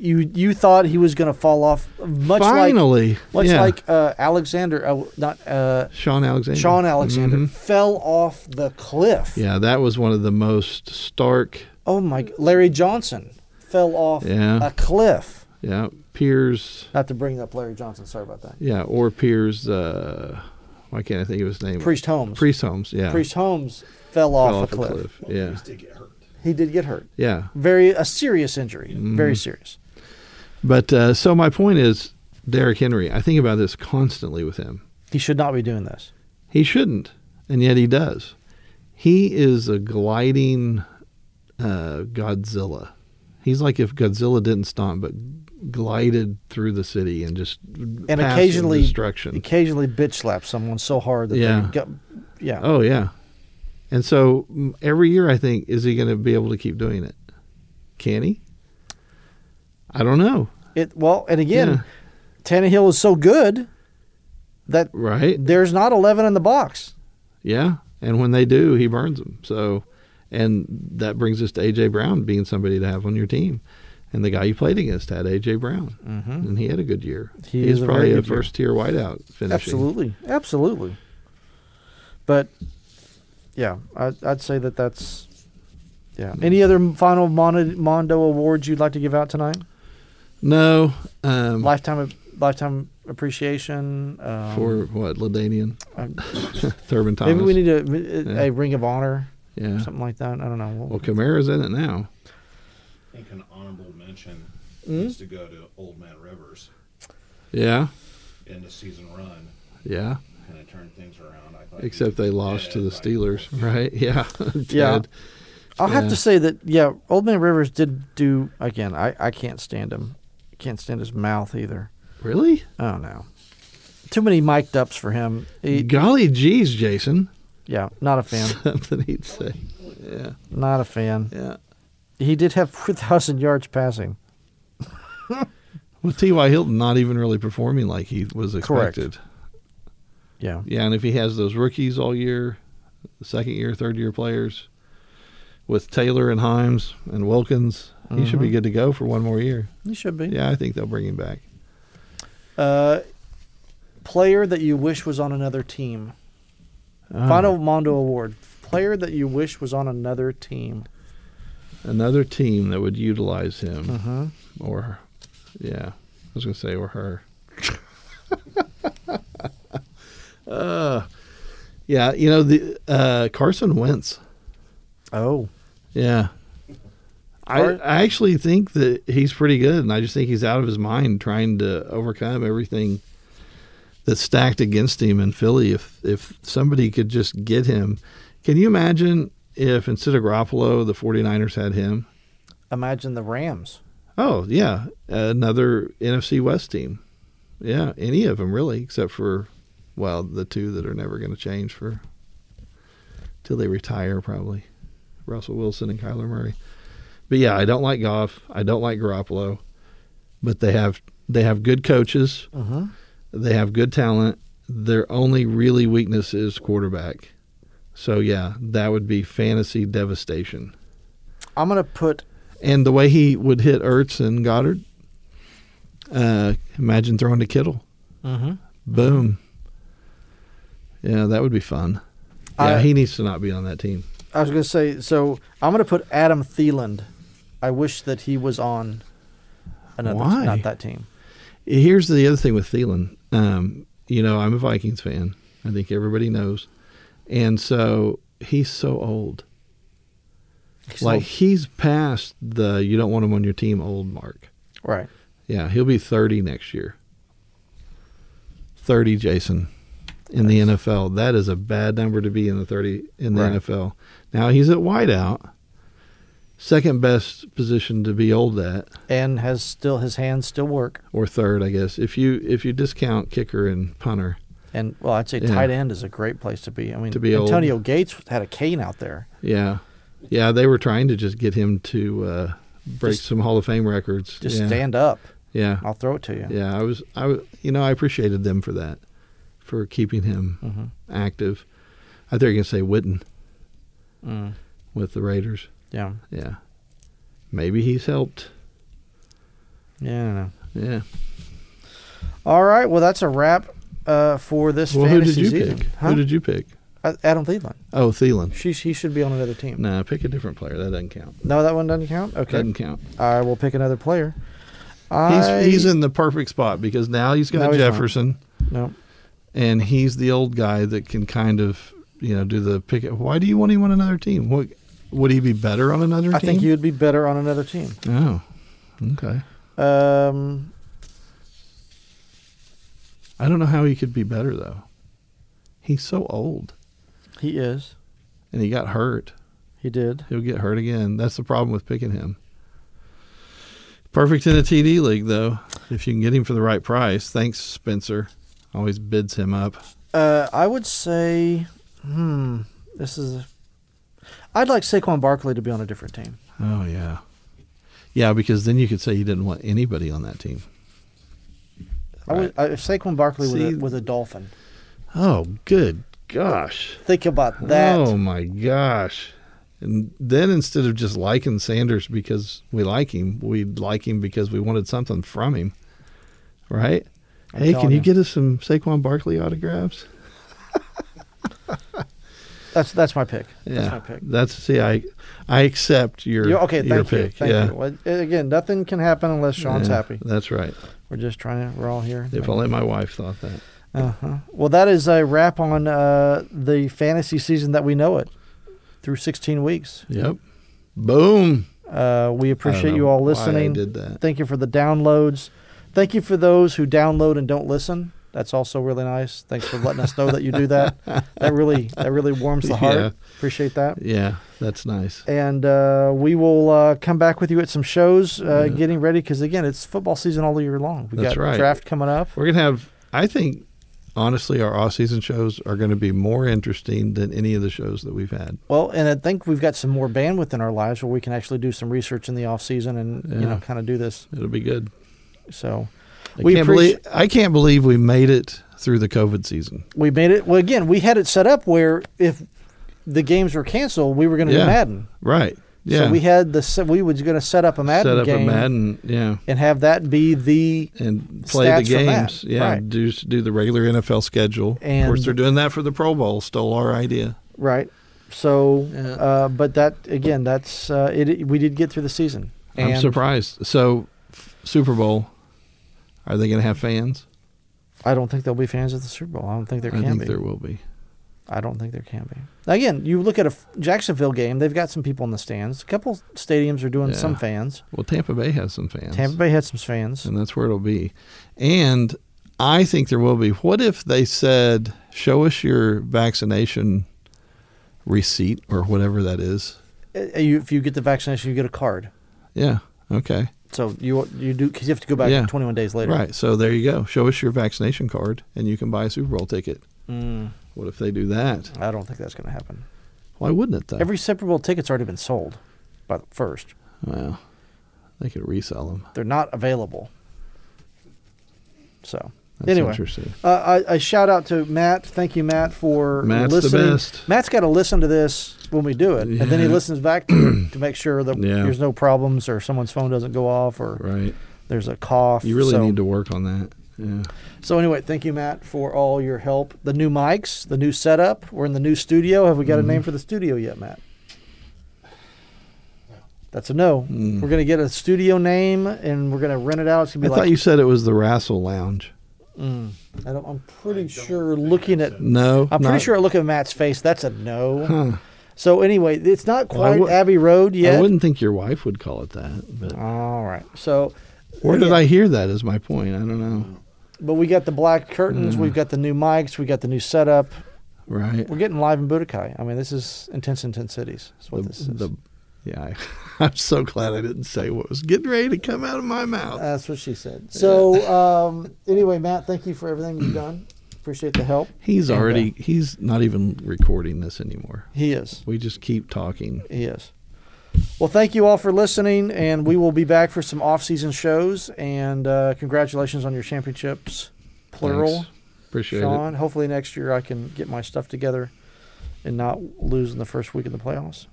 [SPEAKER 1] You you thought he was going to fall off, much like
[SPEAKER 2] Finally,
[SPEAKER 1] much
[SPEAKER 2] yeah,
[SPEAKER 1] like uh, Alexander, uh, not uh,
[SPEAKER 2] Sean Alexander.
[SPEAKER 1] Sean Alexander,
[SPEAKER 2] Mhm.
[SPEAKER 1] fell off the cliff.
[SPEAKER 2] Yeah, that was one of the most stark.
[SPEAKER 1] Oh my, Larry Johnson fell off
[SPEAKER 2] Yeah.
[SPEAKER 1] a cliff.
[SPEAKER 2] Yeah, Piers.
[SPEAKER 1] Not to bring up Larry Johnson. Sorry about that.
[SPEAKER 2] Yeah, or Piers. Uh, why can't I think of his name?
[SPEAKER 1] Priest Holmes.
[SPEAKER 2] Priest Holmes. Yeah,
[SPEAKER 1] Priest Holmes fell off,
[SPEAKER 2] fell off
[SPEAKER 1] a, cliff.
[SPEAKER 2] a cliff. Yeah.
[SPEAKER 3] Did get hurt.
[SPEAKER 1] He did get hurt.
[SPEAKER 2] Yeah.
[SPEAKER 1] Very a serious injury.
[SPEAKER 2] Mm-hmm.
[SPEAKER 1] Very serious.
[SPEAKER 2] But uh, so my point is, Derrick Henry, I think about this constantly with him.
[SPEAKER 1] He should not be doing this.
[SPEAKER 2] He shouldn't, and yet he does. He is a gliding uh, Godzilla. He's like if Godzilla didn't stomp, but glided through the city and just
[SPEAKER 1] and
[SPEAKER 2] passed
[SPEAKER 1] occasionally
[SPEAKER 2] destruction.
[SPEAKER 1] occasionally bitch slap someone so hard that
[SPEAKER 2] Yeah.
[SPEAKER 1] they got, yeah.
[SPEAKER 2] Oh yeah. And so mm, every year, I think, is he going to be able to keep doing it? Can he? I don't know.
[SPEAKER 1] It well, and again,
[SPEAKER 2] Yeah.
[SPEAKER 1] Tannehill is so good that
[SPEAKER 2] Right?
[SPEAKER 1] there's not eleven in the box.
[SPEAKER 2] Yeah, and when they do, he burns them. So, and that brings us to AJ Brown being somebody to have on your team, and the guy you played against had AJ Brown,
[SPEAKER 1] Mm-hmm.
[SPEAKER 2] and he had a good year.
[SPEAKER 1] He
[SPEAKER 2] He's
[SPEAKER 1] is a
[SPEAKER 2] probably
[SPEAKER 1] very
[SPEAKER 2] a
[SPEAKER 1] good year.
[SPEAKER 2] first tier wideout finishing.
[SPEAKER 1] Absolutely, absolutely. But yeah, I'd, I'd say that that's yeah.
[SPEAKER 2] Mm.
[SPEAKER 1] Any other final Mondo, Mondo awards you'd like to give out tonight?
[SPEAKER 2] No, um,
[SPEAKER 1] Lifetime lifetime appreciation. Um,
[SPEAKER 2] for what Ladainian
[SPEAKER 1] um,
[SPEAKER 2] Thurman Thomas.
[SPEAKER 1] maybe we need a, a
[SPEAKER 2] Yeah.
[SPEAKER 1] ring of honor,
[SPEAKER 2] yeah.
[SPEAKER 1] something like that. I don't know. We'll-
[SPEAKER 2] Well, Kamara's in it now.
[SPEAKER 3] I think an honorable mention
[SPEAKER 1] Mm.
[SPEAKER 3] needs to go to Old Man Rivers
[SPEAKER 2] Yeah,
[SPEAKER 3] in the season run.
[SPEAKER 2] yeah.
[SPEAKER 3] Kind of turned things around. I thought he
[SPEAKER 2] Except they lost to the
[SPEAKER 3] did, like,
[SPEAKER 2] Steelers, right? Yeah,
[SPEAKER 1] Yeah.
[SPEAKER 2] Ted.
[SPEAKER 1] I'll have
[SPEAKER 2] Yeah.
[SPEAKER 1] to say that yeah, Old Man Rivers did do again. I, I can't stand him. Can't stand his mouth either.
[SPEAKER 2] Really?
[SPEAKER 1] Oh no, too many mic'd ups for him. He,
[SPEAKER 2] Golly geez, Jason.
[SPEAKER 1] yeah, not a fan.
[SPEAKER 2] Something he'd say. Yeah,
[SPEAKER 1] Not a fan.
[SPEAKER 2] yeah.
[SPEAKER 1] He did have four thousand yards passing.
[SPEAKER 2] With T.Y. Hilton not even really performing like he was
[SPEAKER 1] Correct.
[SPEAKER 2] expected.
[SPEAKER 1] Yeah.
[SPEAKER 2] Yeah, and if he has those rookies all year, second year, third year players, with Taylor and Himes and Wilkins, he should be
[SPEAKER 1] Mhm.
[SPEAKER 2] good to go for one more year.
[SPEAKER 1] You should be.
[SPEAKER 2] Yeah, I think they'll bring him back.
[SPEAKER 1] Uh, player that you wish was on another team. Final Mondo Award. Player that you wish was on another team.
[SPEAKER 2] Another team that would utilize him
[SPEAKER 1] Uh-huh.
[SPEAKER 2] or, yeah, I was gonna say or her. uh, yeah, you know the uh, Carson Wentz.
[SPEAKER 1] Oh.
[SPEAKER 2] Yeah. I,
[SPEAKER 1] Or-
[SPEAKER 2] I actually think that he's pretty good, and I just think he's out of his mind trying to overcome everything that's stacked against him in Philly. If if somebody could just get him, can you imagine if instead of Garoppolo, the 49ers had him?
[SPEAKER 1] Imagine the Rams.
[SPEAKER 2] Oh, yeah, another NFC West team. Yeah, any of them really, except for, well, the two that are never going to change for till they retire, probably Russell Wilson and Kyler Murray. But yeah, I don't like Goff. I don't like Garoppolo, but they have they have good coaches.
[SPEAKER 1] Uh-huh.
[SPEAKER 2] They have good talent. Their only really weakness is quarterback. So yeah, that would be fantasy devastation.
[SPEAKER 1] I'm going to put
[SPEAKER 2] And the way he would hit Ertz and Goddard, uh, imagine throwing to Kittle.
[SPEAKER 1] uh
[SPEAKER 2] Boom. Yeah, that would be fun. Yeah,
[SPEAKER 1] I-
[SPEAKER 2] he needs to not be on that team.
[SPEAKER 1] I was going to say so I'm going to put Adam Thielen. I wish that he was on another
[SPEAKER 2] Why?
[SPEAKER 1] not that team.
[SPEAKER 2] Here's the other thing with Thielen. Um, you know, I'm a Vikings fan. I think everybody knows. And so he's so old. like he's past the you don't want him on your team old mark.
[SPEAKER 1] right.
[SPEAKER 2] Yeah, he'll be 30 next year. 30, Jason, in the NFL. That is a bad number to be in the 30 in the
[SPEAKER 1] Right.
[SPEAKER 2] NFL. Now he's at wideout, second best position to be old at,
[SPEAKER 1] And has still his hands still work.
[SPEAKER 2] or third, I guess. If you if you discount kicker and punter,
[SPEAKER 1] And well, I'd say
[SPEAKER 2] Yeah.
[SPEAKER 1] tight end is a great place to be. I mean,
[SPEAKER 2] To be old.
[SPEAKER 1] Antonio Gates had a cane out there.
[SPEAKER 2] yeah, yeah, they were trying to just get him to uh, break
[SPEAKER 1] Just-
[SPEAKER 2] some Hall of Fame records.
[SPEAKER 1] Just
[SPEAKER 2] yeah.
[SPEAKER 1] stand up.
[SPEAKER 2] Yeah,
[SPEAKER 1] I'll throw it to you.
[SPEAKER 2] yeah. I was I was you know I appreciated them for that, for keeping him
[SPEAKER 1] Mhm.
[SPEAKER 2] active. I think you can say Witten.
[SPEAKER 1] Mm.
[SPEAKER 2] with the Raiders.
[SPEAKER 1] Yeah.
[SPEAKER 2] Yeah. Maybe he's helped.
[SPEAKER 1] Yeah. I don't know.
[SPEAKER 2] Yeah.
[SPEAKER 1] All right. Well, that's a wrap uh, for this
[SPEAKER 2] Well, who did
[SPEAKER 1] fantasy
[SPEAKER 2] you
[SPEAKER 1] season.
[SPEAKER 2] pick?
[SPEAKER 1] Huh?
[SPEAKER 2] Who did you pick?
[SPEAKER 1] A- Adam Thielen.
[SPEAKER 2] Oh, Thielen.
[SPEAKER 1] She, he should be on another team.
[SPEAKER 2] Nah, pick a different player. That doesn't count.
[SPEAKER 1] No, that one doesn't count. Okay.
[SPEAKER 2] Doesn't count.
[SPEAKER 1] I will pick another player. I,
[SPEAKER 2] He's he's in the perfect spot because now he's got
[SPEAKER 1] No, he's not.
[SPEAKER 2] Jefferson
[SPEAKER 1] No.
[SPEAKER 2] and he's the old guy that can kind of you know do the pick. Why do you want him on another team? What would he be better on another
[SPEAKER 1] I
[SPEAKER 2] team?
[SPEAKER 1] think you would be better on another team.
[SPEAKER 2] Oh, okay.
[SPEAKER 1] Um,
[SPEAKER 2] I don't know how he could be better though. He's so old
[SPEAKER 1] he is.
[SPEAKER 2] and he got hurt.
[SPEAKER 1] He did.
[SPEAKER 2] He'll get hurt again. That's the problem with picking him. Perfect in a TD league, though, if you can get him for the right price. Thanks, Spencer. Always bids him up.
[SPEAKER 1] Uh, I would say, hmm, this is. A, I'd like Saquon Barkley to be on a different team.
[SPEAKER 2] Oh, yeah. Yeah, because then you could say you didn't want anybody on that team.
[SPEAKER 1] I would, I, if Saquon Barkley was
[SPEAKER 2] See-
[SPEAKER 1] a, was a Dolphin,
[SPEAKER 2] Oh, good gosh.
[SPEAKER 1] think about that.
[SPEAKER 2] Oh, my gosh. And then instead of just liking Sanders because we like him, we like him because we wanted something from him, right?
[SPEAKER 1] I'm
[SPEAKER 2] hey,
[SPEAKER 1] telling
[SPEAKER 2] can you
[SPEAKER 1] you.
[SPEAKER 2] get us some Saquon Barkley autographs?
[SPEAKER 1] That's that's my pick.
[SPEAKER 2] Yeah,
[SPEAKER 1] That's my pick.
[SPEAKER 2] That's- see, I I accept your
[SPEAKER 1] You're, okay,
[SPEAKER 2] your
[SPEAKER 1] thank you.
[SPEAKER 2] pick.
[SPEAKER 1] Thank
[SPEAKER 2] yeah,
[SPEAKER 1] you. Well, a- again, nothing can happen unless Sean's
[SPEAKER 2] Yeah,
[SPEAKER 1] happy.
[SPEAKER 2] That's right.
[SPEAKER 1] We're just trying to. We're all here.
[SPEAKER 2] If only my wife thought that.
[SPEAKER 1] Uh-huh. Well, that is a wrap on uh, the fantasy season that we know it through 16 weeks.
[SPEAKER 2] Yep. Boom.
[SPEAKER 1] Uh, we
[SPEAKER 2] I
[SPEAKER 1] appreciate
[SPEAKER 2] don't
[SPEAKER 1] you
[SPEAKER 2] know
[SPEAKER 1] all
[SPEAKER 2] why I
[SPEAKER 1] listening.
[SPEAKER 2] did that.
[SPEAKER 1] Thank you for the downloads. Thank you for those who download and don't listen. That's also really nice. Thanks for letting us know that you do that. That really that really warms the heart.
[SPEAKER 2] Yeah.
[SPEAKER 1] Appreciate that.
[SPEAKER 2] Yeah, that's nice.
[SPEAKER 1] And uh, we will uh, come back with you at some shows, uh,
[SPEAKER 2] Yeah.
[SPEAKER 1] getting ready because again, it's football season all year long. We
[SPEAKER 2] That's
[SPEAKER 1] got
[SPEAKER 2] right.
[SPEAKER 1] draft coming up.
[SPEAKER 2] We're gonna have. I think honestly, our off-season shows are going to be more interesting than any of the shows that we've had.
[SPEAKER 1] Well, and I think we've got some more bandwidth in our lives where we can actually do some research in the off season and you
[SPEAKER 2] Yeah.
[SPEAKER 1] know kind of do this.
[SPEAKER 2] It'll be good.
[SPEAKER 1] So
[SPEAKER 2] I
[SPEAKER 1] We
[SPEAKER 2] can't believe I can't believe we made it through the COVID season.
[SPEAKER 1] we made it. Well, again, we had it set up where if the games were canceled, we were going to
[SPEAKER 2] Yeah.
[SPEAKER 1] do Madden.
[SPEAKER 2] Right. Yeah.
[SPEAKER 1] So we had the se- we was going to set up a Madden
[SPEAKER 2] set up
[SPEAKER 1] game
[SPEAKER 2] a Madden. Yeah.
[SPEAKER 1] and have that be the
[SPEAKER 2] And play the
[SPEAKER 1] Stats from that,
[SPEAKER 2] games. Yeah.
[SPEAKER 1] right.
[SPEAKER 2] Do do the regular NFL schedule. of
[SPEAKER 1] And-
[SPEAKER 2] course, they're doing that for the Pro Bowl. Stole our idea.
[SPEAKER 1] right. So,
[SPEAKER 2] Yeah.
[SPEAKER 1] uh, but that again, that's uh, it. We did get through the season.
[SPEAKER 2] I'm
[SPEAKER 1] And
[SPEAKER 2] surprised. So, f- Super Bowl. Are they going to have fans?
[SPEAKER 1] I don't think there'll be fans at the Super Bowl. I don't think there
[SPEAKER 2] I
[SPEAKER 1] can
[SPEAKER 2] think
[SPEAKER 1] be.
[SPEAKER 2] there will be.
[SPEAKER 1] I don't think there can be. Again, you look at a F- Jacksonville game; they've got some people in the stands. A couple stadiums are doing
[SPEAKER 2] Yeah.
[SPEAKER 1] some fans.
[SPEAKER 2] Well, Tampa Bay has some fans.
[SPEAKER 1] Tampa Bay had some fans.
[SPEAKER 2] and that's where it'll be. And I think there will be. What if they said, "Show us your vaccination receipt or whatever that is."
[SPEAKER 1] Uh, you- if you get the vaccination, you get a card.
[SPEAKER 2] Yeah. Okay.
[SPEAKER 1] So you you do because you have to go back
[SPEAKER 2] Yeah.
[SPEAKER 1] 21 days later.
[SPEAKER 2] Right. So there you go. Show us your vaccination card, and you can buy a Super Bowl ticket.
[SPEAKER 1] Mm,
[SPEAKER 2] What if they do that?
[SPEAKER 1] I don't think that's going to happen.
[SPEAKER 2] Why wouldn't it though?
[SPEAKER 1] Every Super Bowl ticket's already been sold, but first
[SPEAKER 2] well, they could resell them.
[SPEAKER 1] they're not available. So
[SPEAKER 2] That's
[SPEAKER 1] Anyway.
[SPEAKER 2] interesting.
[SPEAKER 1] Uh, I, I shout out to Matt. Thank you, Matt, for
[SPEAKER 2] Matt's the
[SPEAKER 1] listening.
[SPEAKER 2] best.
[SPEAKER 1] Matt's got to listen to this when we do it, and then he
[SPEAKER 2] Yeah.
[SPEAKER 1] listens back to, it to make sure that
[SPEAKER 2] Yeah.
[SPEAKER 1] there's no problems or someone's phone doesn't go off or
[SPEAKER 2] Right.
[SPEAKER 1] there's a cough.
[SPEAKER 2] You really
[SPEAKER 1] so,
[SPEAKER 2] need to work on that. Yeah.
[SPEAKER 1] So anyway, thank you, Matt, for all your help. The new mics, the new setup. We're in the new studio. Have we got a
[SPEAKER 2] Mm-hmm.
[SPEAKER 1] name for the studio yet, Matt? That's a no.
[SPEAKER 2] Mm.
[SPEAKER 1] We're gonna get a studio name, and we're gonna rent it out. It's gonna
[SPEAKER 2] I
[SPEAKER 1] be like
[SPEAKER 2] thought you said it was the Rassel Lounge.
[SPEAKER 1] Mm. I don't, I'm
[SPEAKER 3] I
[SPEAKER 1] pretty
[SPEAKER 3] don't
[SPEAKER 1] sure.
[SPEAKER 3] think
[SPEAKER 1] Looking
[SPEAKER 3] I
[SPEAKER 1] at
[SPEAKER 3] said-
[SPEAKER 2] No.
[SPEAKER 1] I'm pretty
[SPEAKER 2] not-
[SPEAKER 1] sure I look at Matt's face. That's a no.
[SPEAKER 2] Huh.
[SPEAKER 1] So anyway, it's not
[SPEAKER 2] Well, I
[SPEAKER 1] quite
[SPEAKER 2] would-
[SPEAKER 1] Abbey Road
[SPEAKER 2] I
[SPEAKER 1] yet.
[SPEAKER 2] wouldn't think your wife would call it that, but
[SPEAKER 1] All right. So,
[SPEAKER 2] Where did
[SPEAKER 1] Yeah.
[SPEAKER 2] I hear that? Is my point. I don't
[SPEAKER 1] Oh.
[SPEAKER 2] know.
[SPEAKER 1] but we got the black curtains.
[SPEAKER 2] Mm.
[SPEAKER 1] We've got the new mics. We got the new setup.
[SPEAKER 2] Right.
[SPEAKER 1] We're getting live in Budokai. I mean, this is intense, intense cities. That's what
[SPEAKER 2] The-
[SPEAKER 1] this is.
[SPEAKER 2] the- yeah, I, am so glad I didn't say what was getting ready to come out of my mouth.
[SPEAKER 1] That's what she said. So um, anyway, Matt, thank you for everything you've done. Appreciate the help.
[SPEAKER 2] he's
[SPEAKER 1] and, uh,
[SPEAKER 2] already. he's not even recording this anymore.
[SPEAKER 1] He is.
[SPEAKER 2] We just keep talking.
[SPEAKER 1] He is. Well, thank you all for listening, and we will be back for some off-season shows. And uh, congratulations on your championships, plural.
[SPEAKER 2] Thanks. Appreciate
[SPEAKER 1] Sean. Hopefully next year I can get my stuff together and not lose in the first week of the playoffs.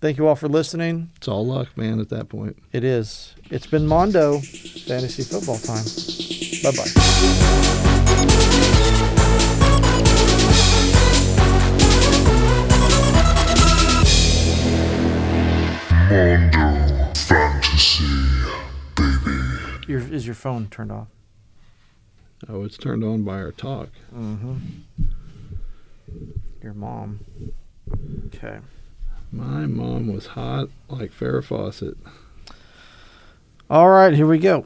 [SPEAKER 1] Thank you all for listening.
[SPEAKER 2] it. It's all luck, man. At that point.
[SPEAKER 1] It is. It's been Mondo Fantasy Football time. Bye bye.
[SPEAKER 4] Mondo Fantasy.
[SPEAKER 1] Your, is your phone turned off?
[SPEAKER 2] Oh, it's turned on by our talk.
[SPEAKER 1] Mm-hmm. Your mom. Okay.
[SPEAKER 2] My mom was hot like Farrah Fawcett.
[SPEAKER 1] All right, here we go.